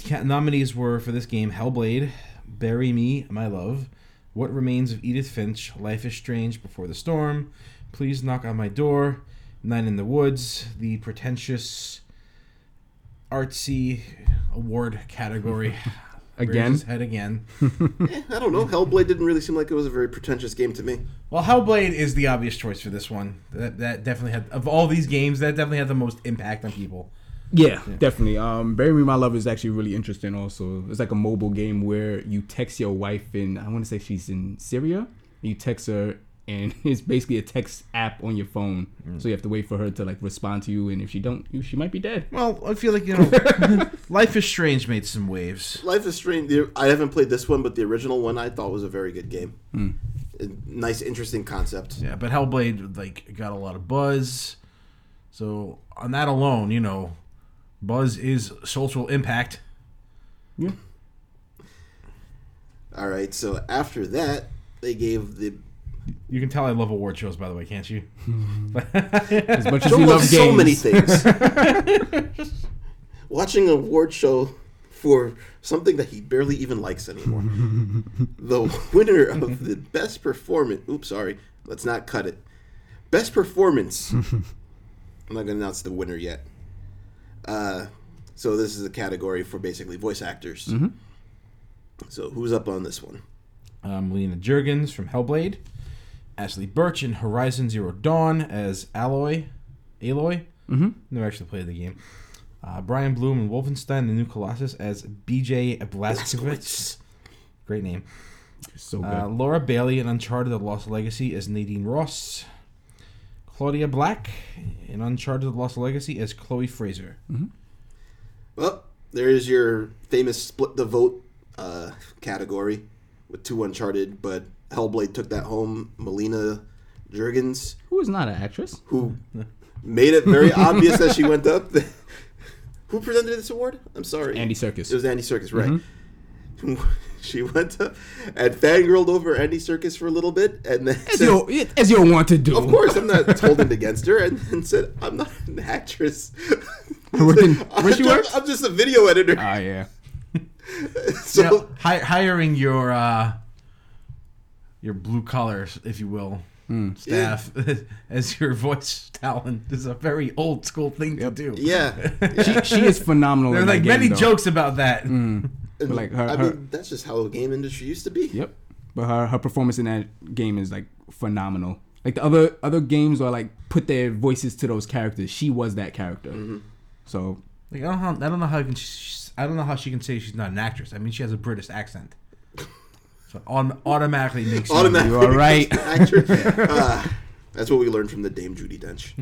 ca- nominees were for this game Hellblade, Bury Me, My Love, What Remains of Edith Finch, Life is Strange Before the Storm, Please Knock on My Door, Nine in the Woods, the pretentious artsy award category. Rears Again? his head again. Eh, I don't know. Hellblade didn't really seem like it was a very pretentious game to me. Well, Hellblade is the obvious choice for this one. That that definitely had of all these games, that definitely had the most impact on people. Yeah, definitely. Um, Bury Me My Love is actually really interesting. Also, it's like a mobile game where you text your wife in. I want to say she's in Syria. You text her, and it's basically a text app on your phone. So you have to wait for her to like respond to you, and if she don't, you, she might be dead. Well, I feel like you know, Life is Strange made some waves. Life is Strange. the- I haven't played this one, but the original one I thought was a very good game. A Nice, interesting concept. Yeah, but Hellblade like got a lot of buzz. So on that alone, you know, buzz is social impact. Yeah. All right. So after that, they gave the You can tell I love award shows, by the way, can't you? As much as Joe you love loves games, so many things. Watching an award show for something that he barely even likes anymore. the winner of the best performance. Oops, sorry. Let's not cut it. Best performance. I'm not going to announce the winner yet. Uh, so this is a category for basically voice actors. Mm-hmm. So who's up on this one? Um, Lena Jurgens from Hellblade, Ashley Birch in Horizon Zero Dawn as Alloy, Aloy. Mm-hmm. Never actually played the game. Uh, Brian Bloom in Wolfenstein: The New Colossus as B.J. Blazkowicz. Great name. So good. Uh, Laura Bailey in Uncharted: The Lost Legacy as Nadine Ross. Claudia Black in Uncharted: The Lost Legacy as Chloe Fraser. Well, there is your famous split the vote uh, category with two Uncharted, but Hellblade took that home. Melina Jurgens, Who is not an actress? who made it very obvious as she went up. that- who presented this award? I'm sorry. Andy Mm-hmm. Serkis. It was Andy Circus, right. she went up and fangirled over Andy Circus for a little bit, and then As said, you as you want to do. of course, I'm not holding it against her, and, and said, I'm not an actress. Working- I'm, where she just, works? I'm just a video editor. Ah, yeah. so You know, hi- hiring your uh, your blue collar, if you will, staff as your voice talent is a very old school thing to do. Yeah. She, she is phenomenal. There are in like that many game, though. jokes about that. And, Like, her- I her- mean, that's just how the game industry used to be. Yep. But her her performance in that game is like phenomenal. Like the other other games are like put their voices to those characters. She was that character. Mm-hmm. So Like I don't, how, I don't know how even she, I don't know how she can say she's not an actress. I mean, she has a British accent, so on, automatically makes you- Automatically, You are right. becomes an actor. Ah, that's what we learned from the Dame Judy Dench.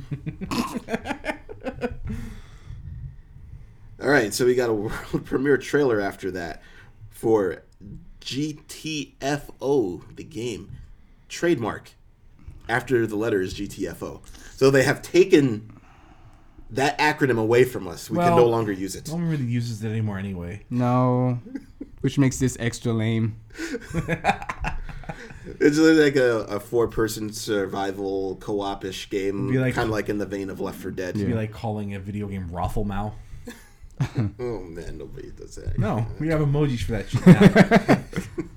All right, so we got a world premiere trailer after that for GTFO, the game trademark. After the letter is GTFO, so they have taken that acronym away from us. We can Well- no longer use it. No one really uses it anymore anyway. no, which makes this extra lame. It's really like a, a four person survival co op ish game, Be like- kind of like in the vein of Left for Dead. It'd be like calling a video game Rafflemow. Oh man, nobody does that. No, we have emojis for that shit now.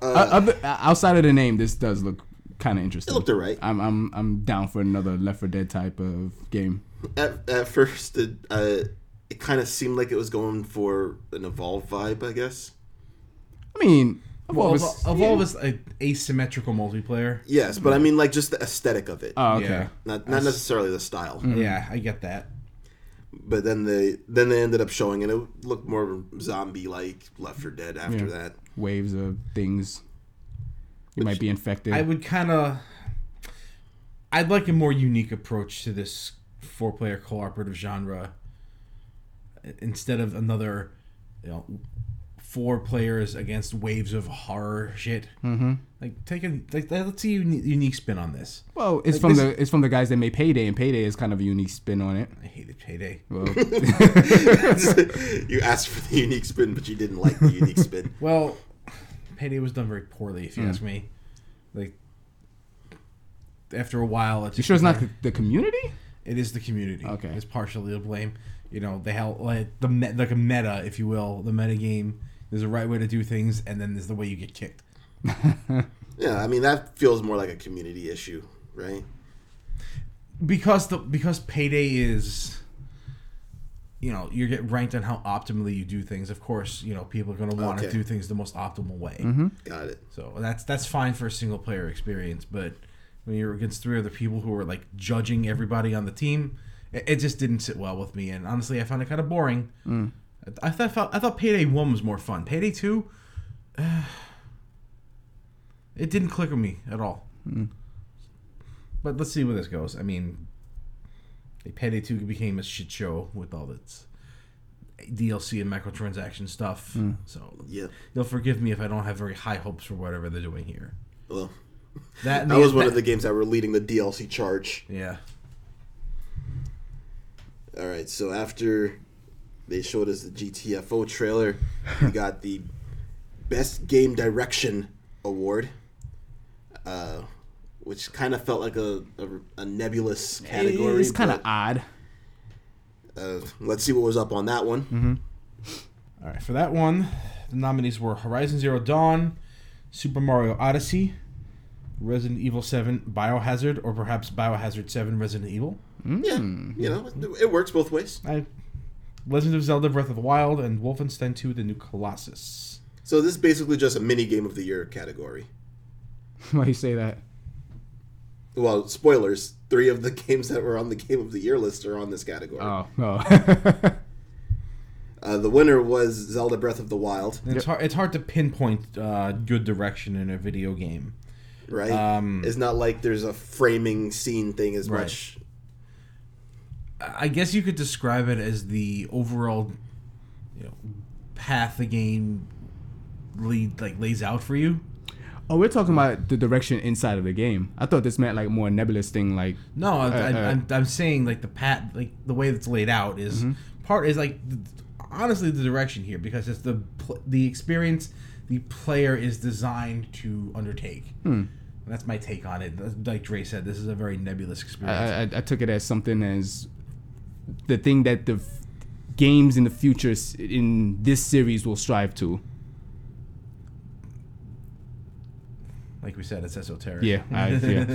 Uh, O- other, outside of the name, this does look kind of interesting. It looked alright. I'm I'm I'm down for another Left 4 Dead type of game. At, at first, it, uh, it kind of seemed like it was going for an Evolve vibe, I guess. I mean, Well, Evolve of, is- of all this like, asymmetrical multiplayer, Yes, but I mean, like, just the aesthetic of it. Oh, Mm-hmm. okay. Yeah. not, not necessarily the style, yeah, I get that. but then they then they ended up showing and it looked more zombie like Left for Dead after Yeah. that. Waves of things. You might be infected. I would kind of, I'd like a more unique approach to this four-player cooperative genre, instead of another, you know, four players against waves of horror shit. Mm-hmm. Like taking like let's see a uni- unique spin on this. Well, it's Like, from this- the it's from the guys that made Payday, and Payday is kind of a unique spin on it. I hate it, payday. Well, you asked for the unique spin, but you didn't like the unique spin. Well, payday was done very poorly, Hmm. if you ask me. Like after a while, it's you sure it's not the, the community? It is the community. Okay. it's partially to blame. You know, they have like the me- like a meta, if you will, the meta game. There's a right way to do things, and then there's the way you get kicked. Yeah, I mean that feels more like a community issue, right? because the because payday is you know you get ranked on how optimally you do things of course you know people are going to want to Okay. do things the most optimal way Mm-hmm. Got it. so that's that's fine for a single player experience but when you're against three other people who are like judging everybody on the team it, it just didn't sit well with me and honestly i found it kind of boring I, I thought I felt- I thought payday 1 was more fun payday 2 it didn't click with me at all but let's see where this goes. I mean, they Payday 2 became a shit show with all its DLC and microtransaction stuff. So Yeah. you'll forgive me if I don't have very high hopes for whatever they're doing here. Well, That, and that was one that- of the games that were leading the DLC charge. Yeah. All right, so after they showed us the GTFO trailer, we got the Best Game Direction award, uh, which kind of felt like a, a, a nebulous category. It's kind of but, odd. Uh, let's see what was up on that one. All right, for that one, the nominees were Horizon Zero Dawn, Super Mario Odyssey, Resident Evil 7 Biohazard, or perhaps Biohazard 7 Resident Evil, Yeah, you know, it, it works both ways. I, Legend of Zelda Breath of the Wild, and Wolfenstein 2 The New Colossus. So this is basically just a mini game of the year category. Why you say that? Well, spoilers: three of the games that were on the game of the year list are on this category. Oh, oh. Uh, the winner was Zelda Breath of the Wild, And It's hard. It's hard to pinpoint uh, good direction in a video game. right? Um, it's not like there's a framing scene thing as Right. much. I guess you could describe it as the overall, you know, path the game lead like lays out for you. oh, we're talking about the direction inside of the game. I thought this meant like more nebulous thing, like No, I, I, uh. I'm, I'm saying like the path, like the way that's laid out is Mm-hmm. part is like th- honestly the direction here because it's the pl- the experience the player is designed to undertake. Hmm. That's my take on it. Like Dre said, this is a very nebulous experience. I, I, I took it as something as the thing that the f- games in the future s- in this series will strive to. like we said, it's esoteric. Yeah, I, yeah. I don't,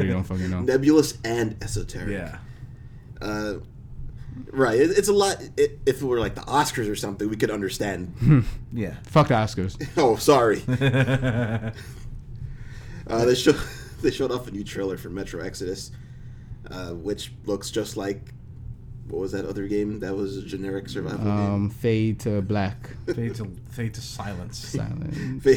I don't fucking know. Nebulous and esoteric. yeah. Uh, right. It, it's a lot. It, if it were like the Oscars or something, we could understand. Yeah. Fuck the Oscars. oh, sorry. Uh, they show they showed off a new trailer for Metro Exodus, uh, which looks just like what was that other game that was a generic survival Um, fade to black. fade to fade to silence. Silent. game. Fa-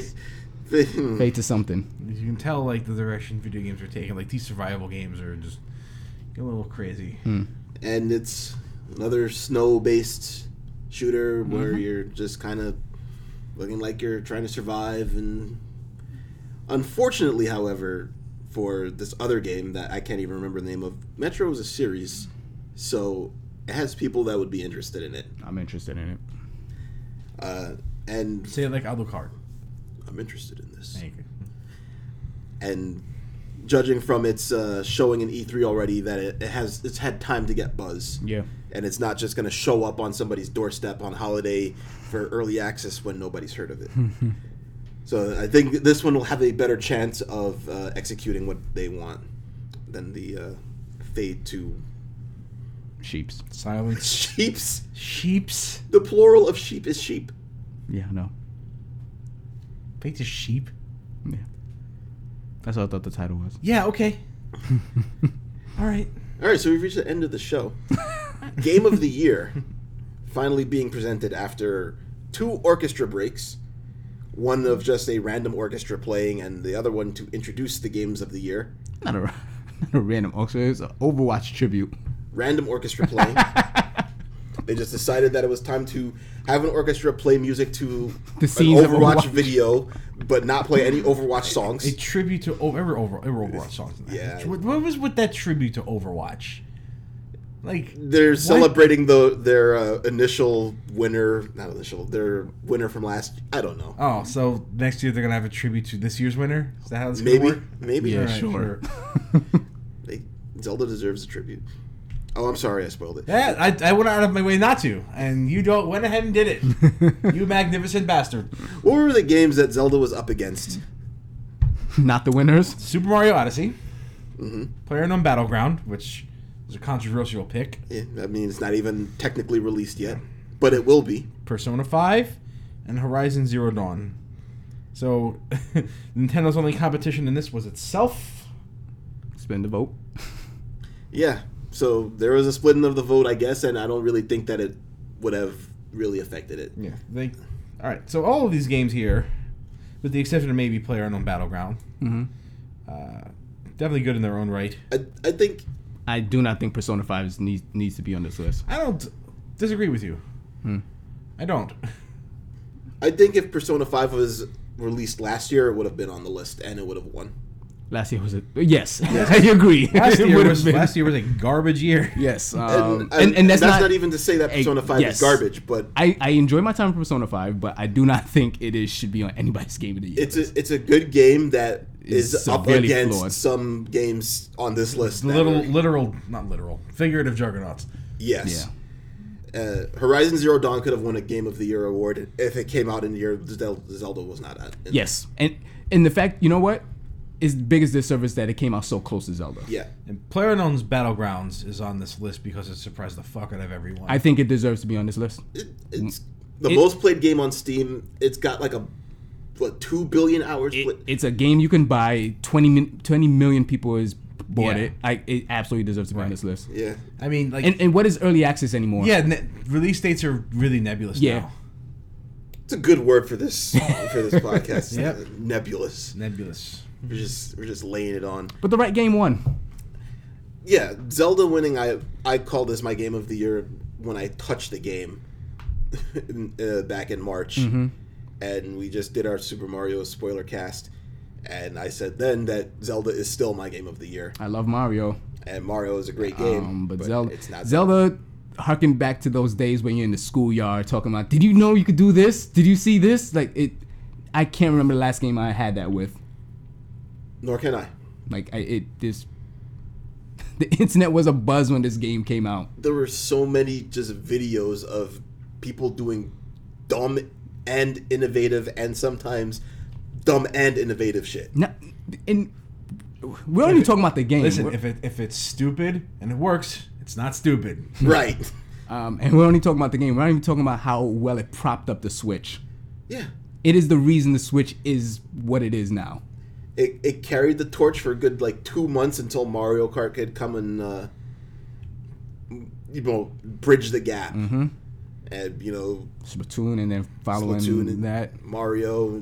fa- Fade to something. You can tell like the direction video games are taking. Like these survival games are just a little crazy. Hmm. and it's another snow-based shooter where you're just kind of looking like you're trying to survive and unfortunately however for this other game that i can't even remember the name of metro is a series so it has people that would be interested in it I'm interested in it. uh, and Say it like Alucard. i'm interested in this Thank you. and judging from its uh, showing in e3 already that it, it has it's had time to get buzz Yeah. and it's not just going to show up on somebody's doorstep on holiday for early access when nobody's heard of it. so I think this one will have a better chance of uh, executing what they want than the uh, fade to Sheeps. Silence. sheeps. Sheeps. The plural of sheep is sheep. Yeah, I know. Fade to sheep. Yeah. That's what I thought the title was. Yeah. Okay. All right. All right, so we've reached the end of the show. Game of the year, finally being presented after two orchestra breaks, one of just a random orchestra playing, and the other one to introduce the games of the year. Not a, not a random Oscar. It's an Overwatch tribute. Random orchestra playing. They just decided that it was time to have an orchestra play music to The an scenes of Overwatch Overwatch. video, but not play any Overwatch songs. A tribute to over every over, every Overwatch songs. in that. Yeah. What, what was with that tribute to Overwatch? Like They're what? celebrating the their uh, initial winner, not initial, their winner from last. I don't Uh, know. Oh, so next year they're gonna have a tribute to this year's winner. Is that how it's maybe, gonna work? maybe. Yeah, Alright, sure. They- Zelda deserves a tribute. Oh, I'm sorry, I spoiled it. Yeah, I, I went out of my way not to, and you don't went ahead and did it. you magnificent bastard. What were the games that Zelda was up against? Not the winners. Super Mario Odyssey, Mm-hmm. Player Unknown Battleground, which is a controversial pick. Yeah, Eh, I mean, it's not even technically released yet, but it will be. Persona Five, and Horizon Zero Dawn. So Nintendo's only competition in this was itself. Spend the vote. Yeah. So there was a splitting of the vote, I guess, and I don't really think that it would have really affected it. Yeah. They. All right. So all of these games here, with the exception of maybe Player Unknown Battleground, hmm uh, definitely good in their own right. I, I think I do not think Persona Five is, needs needs to be on this list. I don't disagree with you. Hmm. I don't. I think if Persona Five was released last year, it would have been on the list and it would have won. Last year was a yes. I agree. Last It year would've was been- last year was a garbage year. Yes, um, And, and, and, that's, not, even to say that Hey, Persona Five yes. is garbage, but I, I enjoy my time for Persona Five, but I do not think it is should be on anybody's game of the year. it's a it's a good game that It's is up severely against flawed. some games on this list. The that little are- literal, not literal, figurative juggernauts. yes. yeah. Uh, Horizon Zero Dawn could have won a Game of the Year award if it came out in the year Zel- Zelda was not at. in- Yes, and and the fact you know what is the biggest disservice that it came out so close to Zelda. Yeah. And PlayerUnknown's Battlegrounds is on this list because it surprised the fuck out of everyone. I think it deserves to be on this list. It, it's the It- most played game on Steam. It's got like a what two billion hours. It- played. it's a game you can buy. 20, min- 20 million people has bought Yeah. it. I, it absolutely deserves to be on this list. yeah. I mean, like, And, and what is early access anymore? yeah, ne- release dates are really nebulous Yeah. now. It's a good word for this for this podcast. Uh, Yep. Nebulous. Nebulous. We're just we're just laying it on. But the right game won. Yeah, Zelda winning. I I call this my game of the year when I touched the game in- uh, back in March, and we just did our Super Mario spoiler cast, and I said then that Zelda is still my game of the year, I love Mario, and Mario is a great game, um, but, Zelda. it's not Zelda harkened back to those days when you're in the schoolyard talking about, "Did you know you could do this? Did you see this?" Like it. I can't remember the last game I had that with. Nor can I. Like I, it this. The internet was a buzz when this game came out. there were so many just videos of people doing dumb and innovative and sometimes dumb and innovative shit. Not, and we're only talking about the game, Listen, We're- if it if it's stupid and it works, it's not stupid. Right. um, and we're only talking about the game. We're not even talking about how well it propped up the Switch. Yeah. It is the reason the Switch is what it is now. It, it carried the torch for a good like two months until Mario Kart could come and uh, you know bridge the gap. Mm-hmm. And you know Splatoon, and then following Splatoon and- that, Mario,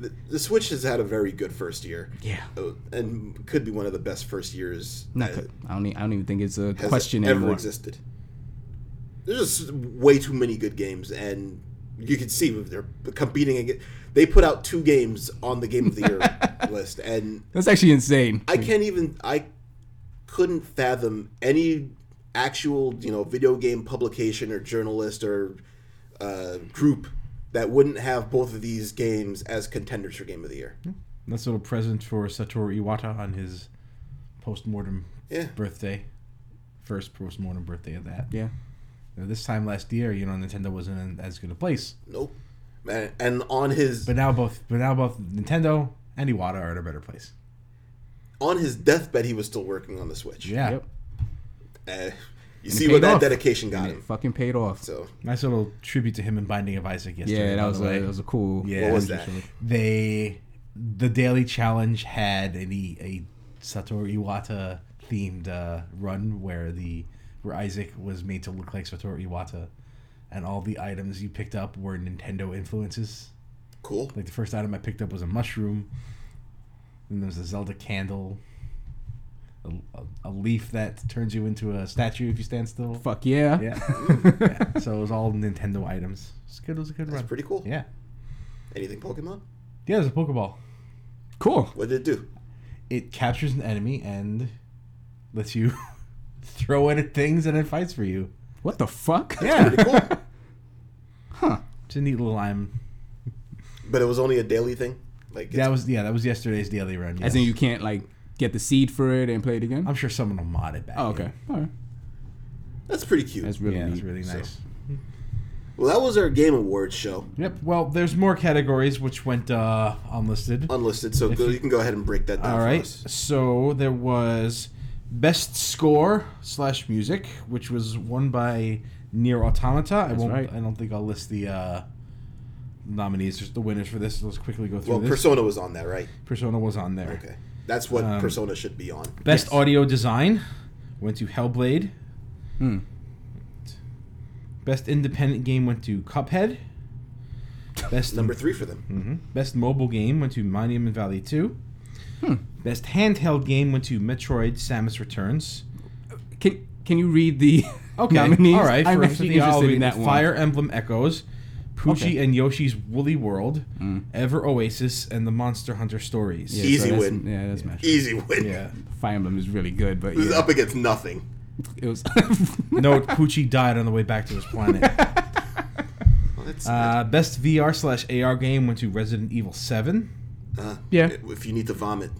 the, the Switch has had a very good first year. Yeah. Uh, and could be one of the best first years. not, uh, cl- I don't. e- I don't even think it's a has question ever anymore. existed. There's just way too many good games, and you can see they're competing against. They put out two games on the Game of the Year list, and That's actually insane. I can't even. I couldn't fathom any actual, you know, video game publication or journalist or uh, group that wouldn't have both of these games as contenders for Game of the Year. Nice little present for Satoru Iwata on his post-mortem Yeah. birthday. First post-mortem birthday of that. yeah, Now, this time last year, you know, Nintendo wasn't in as good a place. Nope. And, and on his But now both, but now both Nintendo and Iwata are in a better place. on his deathbed, he was still working on the Switch. Yeah, yep. Uh, you it see where paid that off. dedication got And it him. fucking paid off. So nice little tribute to him in Binding of Isaac yesterday. yeah, that by was a, the way. that was a cool. Yeah. what was that? they the Daily Challenge had an, E- a Satoru Iwata themed uh, run where the where Isaac was made to look like Satoru Iwata, and all the items you picked up were Nintendo influences. Cool. Like the first item I picked up was a mushroom, and there was a Zelda candle, a, a- a leaf that turns you into a statue if you stand still. Fuck yeah. Yeah. Yeah. So it was all Nintendo items. It was good. It was a good That's run. pretty cool. Yeah. Anything Pokemon? Yeah, there's a Pokeball. Cool. What did it do? It captures an enemy and lets you throw it at things and it fights for you. What the fuck? Yeah. Pretty cool. It's a neat little I'm but it was only a daily thing. Like it's- that was yeah, that was yesterday's daily run. As Yes. in you can't like get the seed for it and play it again. I'm sure someone will mod it back. Oh, okay. All right. that's pretty cute. That's really yeah, neat. it's really So- nice. well, that was our game awards show, Yep. Well, there's more categories which went uh unlisted. unlisted. So go, you can go ahead and break that down. All for right. us. So there was best score slash music, which was won by Near Automata. I won't. right. I don't think I'll list the uh, nominees, just the winners for this. Let's quickly go through Well, this. Persona was on that, right? Persona was on there. Okay, that's what Um, Persona should be on. Best audio design went to Hellblade. Hmm. Best independent game went to Cuphead. Best Number three for them. hmm Best mobile game went to Monument Valley Two. Hmm. Best handheld game went to Metroid: Samus Returns. Can Can you read the Okay. nominees? All right. I'm for actually everything I'll interested read in that one. Fire Emblem Echoes, Poochie Okay. and Yoshi's Woolly World, Ever Oasis, and the Monster Hunter Stories. Yeah, Easy that's- win. Yeah, that's match. Easy win. Yeah. Fire Emblem is really good, but It was yeah, up against nothing. it was. Note: Poochie died on the way back to his planet. Well, that's, Uh, best VR slash AR game went to Resident Evil Seven. uh, yeah. If you need to vomit,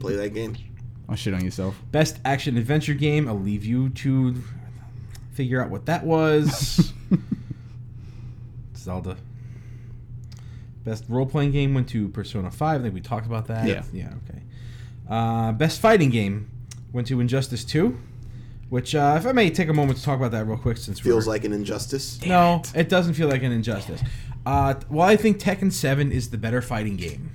play that game. Oh shit on yourself. Best action adventure game. I'll leave you to figure out what that was. Zelda. Best role playing game went to Persona 5. I think we talked about that. Yeah. Yeah, okay. Uh, best fighting game went to Injustice 2, which, uh, if I may take a moment to talk about that real quick since Feels we're. like an injustice. no, it. doesn't feel like an injustice. Uh, well, I think Tekken 7 is the better fighting game.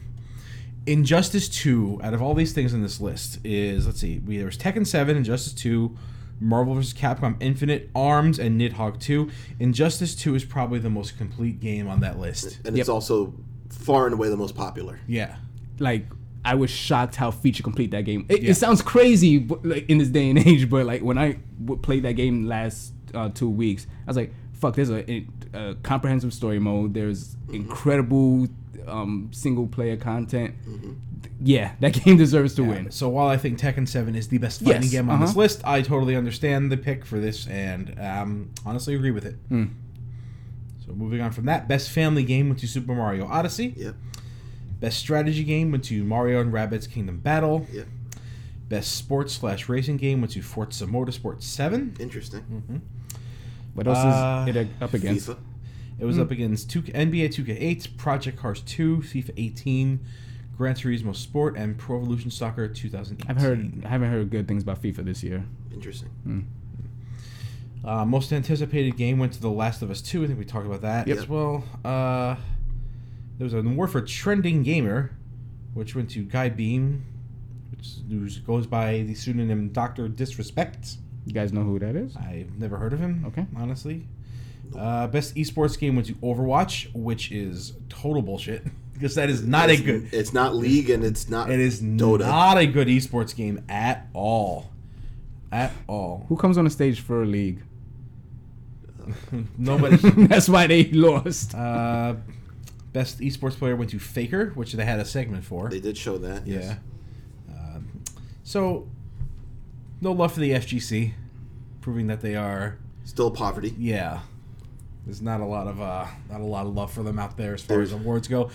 Injustice 2, out of all these things on this list, is let's see, we, there was Tekken 7, Injustice 2, Marvel vs. Capcom Infinite, ARMS, and Nidhogg 2. Injustice 2 is probably the most complete game on that list. And it's Yep. also far and away the most popular. Yeah. Like I was shocked how feature complete that game. It, Yeah. it sounds crazy but, like, in this day and age, but like when I w- played that game last uh, two weeks, I was like, "Fuck!" There's a, a, a comprehensive story mode. There's Mm-hmm. incredible um, single player content. Mm-hmm. Yeah, that game deserves to win. So while I think Tekken 7 is the best fighting Yes, game on this uh-huh. list, I totally understand the pick for this and um, honestly agree with it. Hmm. So moving on from that, best family game went to Super Mario Odyssey. Yep. Best strategy game went to Mario and Rabbids Kingdom Battle. Yep. Best sports slash racing game went to Forza Motorsport 7. Interesting. What else Uh, is it up against? FIFA. It was Hmm. up against 2K, NBA 2K8, Project Cars 2, FIFA 18, Gran Turismo Sport, and Pro Evolution Soccer 2018. I've heard I haven't heard good things about FIFA this year. Interesting. Uh, most anticipated game went to The Last of Us 2. I think we talked about that Yep. as well. Uh, there was a award for Trending Gamer, which went to Guy Beam, which who's- goes by the pseudonym Dr. Disrespect. You guys know who that is? I've never heard of him. Okay. Honestly. Uh, best esports game went to Overwatch, which is total bullshit because that is not a it's, good. It's not League and it's not. It is Dota. not a good esports game at all. At all. Who comes on the stage for a league? Nobody. That's why they lost. uh, best esports player went to Faker, which they had a segment for. They did show that. yeah. Yes. Um, so, no love for the FGC, proving that they are. Still poverty. yeah there's not a lot of uh not a lot of love for them out there as far There's- as awards go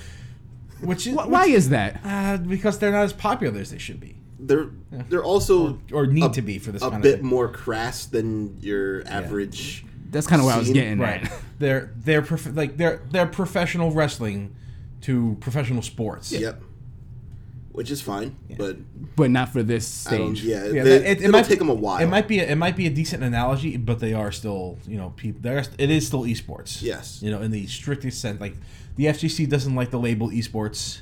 which is Wh- Why is that? uh, because they're not as popular as they should be They're they're also or need a- to be for this a kind bit of thing. more crass than your average. That's kind of where I was Scene? getting right at. they're they're prof- like they're they're professional wrestling to professional sports Yep. Which is fine, but But not for this I don't, stage. yeah, Yeah, they, that- it, it will might take them a while. It might be a, it might be a decent analogy, but they are still you know people. They're it is still esports. Yes. you know in the strictest sense, like the FGC doesn't like the label esports.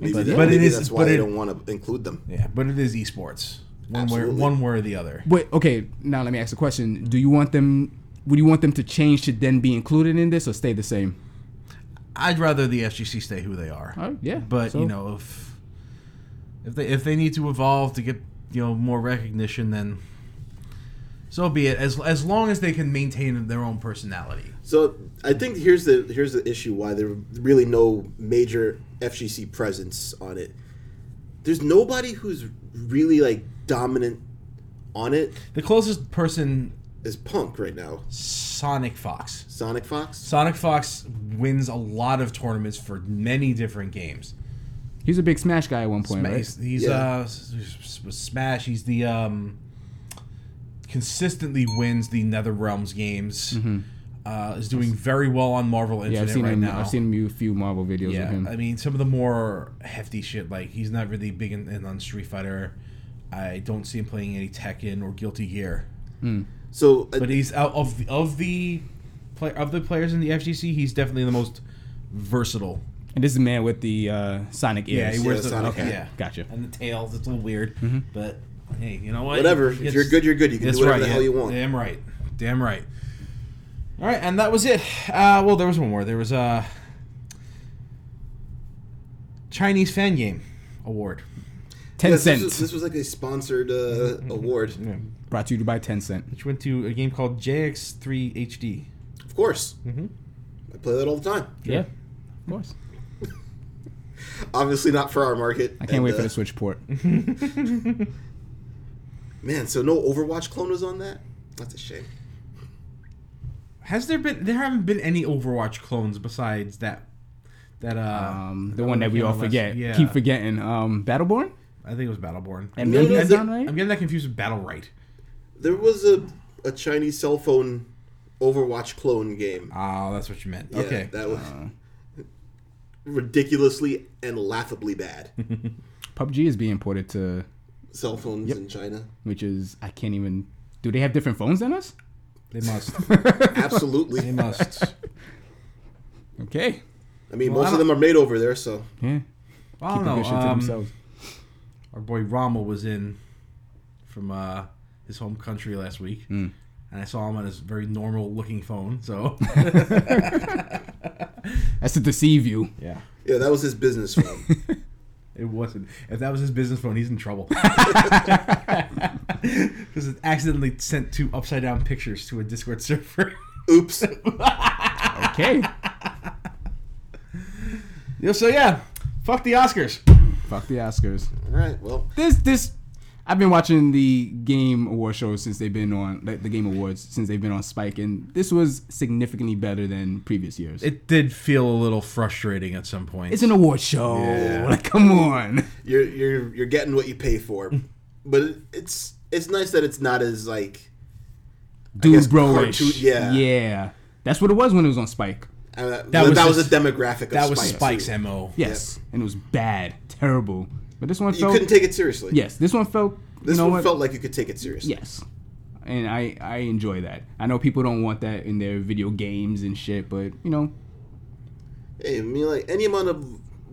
maybe but- that- but it maybe is- that's but why they it- don't want to include them. Yeah, but it is esports. One way, Absolutely. one way or the other. Wait, okay, now let me ask a question. Do you want them would you want them to change to then be included in this or stay the same? I'd rather the FGC stay who they are. All right, yeah. But so- you know, if if they if they need to evolve to get you know more recognition than. So be it. As as long as they can maintain their own personality. So I think here's the here's the issue why there really no major FGC presence on it. There's nobody who's really like dominant on it The closest person, is Punk right now. Sonic Fox. Sonic Fox. Sonic Fox wins a lot of tournaments for many different games. He's a big Smash guy at one point, Sma- right? He's, he's Yeah. uh, s- s- s- Smash. He's the um, consistently wins the Nether Realms games. Uh, is doing very well on Marvel Mm-hmm. Yeah, Infinite I've seen right him. now. I've seen him a few Marvel videos yeah, of him. I mean some of the more hefty shit. Like he's not really big in, in on Street Fighter. I don't see him playing any Tekken or Guilty Gear. So uh, But he's out of the, of the play, of the players in the FGC. He's definitely the most versatile. and this is the man with the uh, Sonic ears. Yeah, he wears the, Sonic okay, hat. yeah, Gotcha. Mm-hmm. And the tails. It's a little weird, but hey, you know what? whatever. If It's- you're good, you're good. You can do That's whatever right. the yeah. hell you want. Damn right. Damn right. All right, and that was it. Uh, well, there was one more. There was a Chinese fan game award. Ten Yes, Cent This was, this was like a sponsored uh, Mm-hmm. award, Yeah. brought to you by Ten Cent. Which went to a game called JX3 HD. of course. Mm-hmm. Mhm. I play that all the time. Yeah, of course. Obviously not for our market. uh, I can't wait for the Switch port. Man, so no Overwatch clone was on that. That's a shame. Has there been? There haven't been any Overwatch clones besides that. That uh, Um, the that one that we came all out last- forget, Yeah, keep forgetting. Um, Battleborn I think it was Battleborn. and No, no, Millions the- Down, right? I'm getting that confused with Battle Right. There was a a Chinese cell phone Overwatch clone game. Oh, that's what you meant. Yeah, okay. Uh-huh. that was ridiculously and laughably bad. PUBG is being ported to, cell phones in China. which is I can't even. Do they have different phones than us? They must. They Absolutely. must. Okay. I mean, Well, I most of don't- them are made over there, so Yeah. Well, I don't Keep the know. good shit to um, themselves. our boy Rommel was in from uh, his home country last week, Hmm. and I saw him on his very normal looking phone. So That's to deceive you. yeah, yeah, that was his business phone. it wasn't. If that was his business phone, he's in trouble because it accidentally sent two upside down pictures to a Discord server. Oops. Okay. Yeah, so yeah, fuck the Oscars. Fuck the Oscars. All right. Well, This this. I've been watching the game award shows since they've been on like, the game awards since they've been on Spike, and this was significantly better than previous years. It did feel a little frustrating at some point. it's an award show. Yeah. Like, come on. you're you're you're getting what you pay for, but it- it's it's nice that it's not as like guess Dude, bro. cartoon- yeah. Yeah. That's what it was when it was on Spike. uh, that, was was, that was a just- demographic. Of that was Spike, Spike's too. mo. Yes. And it was bad, terrible. But this one You felt couldn't take it seriously. Yes, this one felt This you know one what? felt like you could take it seriously. Yes. And I I enjoy that. I know people don't want that in their video games and shit, but you know, Hey, I mean, like any amount of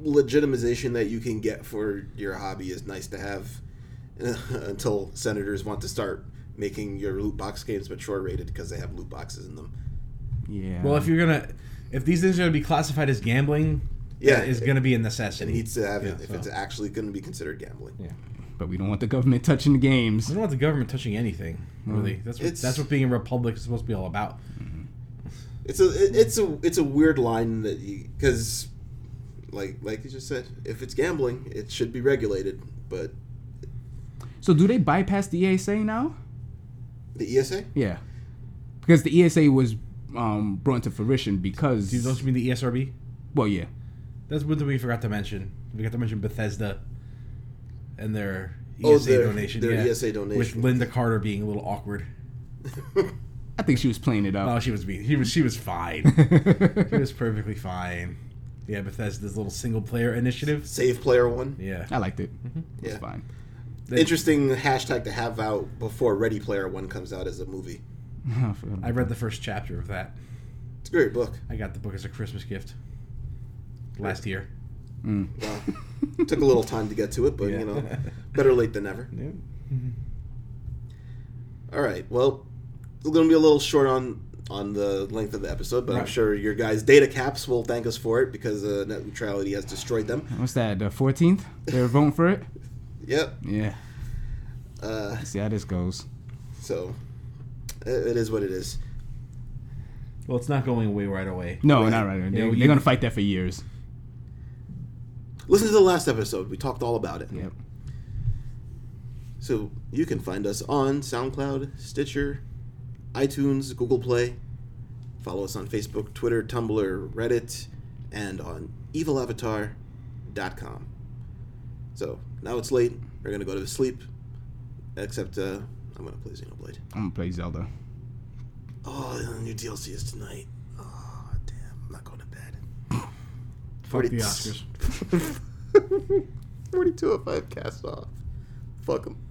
legitimization that you can get for your hobby is nice to have. Until senators want to start making your loot box games mature rated because they have loot boxes in them. yeah. Well, if Um, you're gonna, if these things are gonna be classified as gambling, Yeah, that is gonna be a necessity. It needs to have it Yeah, if so- it's actually going to be considered gambling. Yeah. but we don't want the government touching the We games. don't want the government touching anything, really. That's what, Mm. It's- that's what being a republic is supposed to be all about. It's a it- it's a it's a weird line that you because like like you just said, if it's gambling, it should be regulated. But So do they bypass the E ESA now? the E ESA, Yeah. Because the E ESA was um, brought into fruition because Do you, don't you mean the E ESRB? well, yeah. That's what we forgot to mention. We forgot to mention Bethesda and their ESA Oh, their- donation. their yeah. ESA With donation. Linda Carter being a little awkward. I think she was playing it Oh, up. she was being, he was she was fine. Oh, she was perfectly fine. Yeah, Bethesda's little single player initiative. save player one, Yeah. I liked it. Mm-hmm. It's Yeah. fine. interesting hashtag to have out before Ready Player One comes out as a movie. I forgot about I read the first chapter of that. It's a great book. I got the book as a Christmas gift last year. Mm. Well, took a little time to get to it, but Yeah. you know, better late than never. All right. Well, it's going to be a little short on on the length of the episode, but I'm Right. sure your guys' data caps will thank us for it because uh, net neutrality has destroyed them. What's that? The fourteenth? They're voting for it. Yep. Yeah. Uh, See how this goes. so it, it is what it is. Well, it's not going away right away. No, Right. not right. They, Yeah, well, they're you- gonna fight that for years. Listen to the last episode. We talked all about it. Yep. So you can find us on SoundCloud, Stitcher, iTunes, Google Play. Follow us on Facebook, Twitter, Tumblr, Reddit, and on evilavatar.com. So now it's late. We're going to go to sleep. Except uh, I'm going to play Xenoblade. I'm gonna play Zelda. Oh, the new DLC is tonight. Oh, damn. I'm not going to bed. Fuck the Oscars. oh 42 if I've cast off. Fuck them.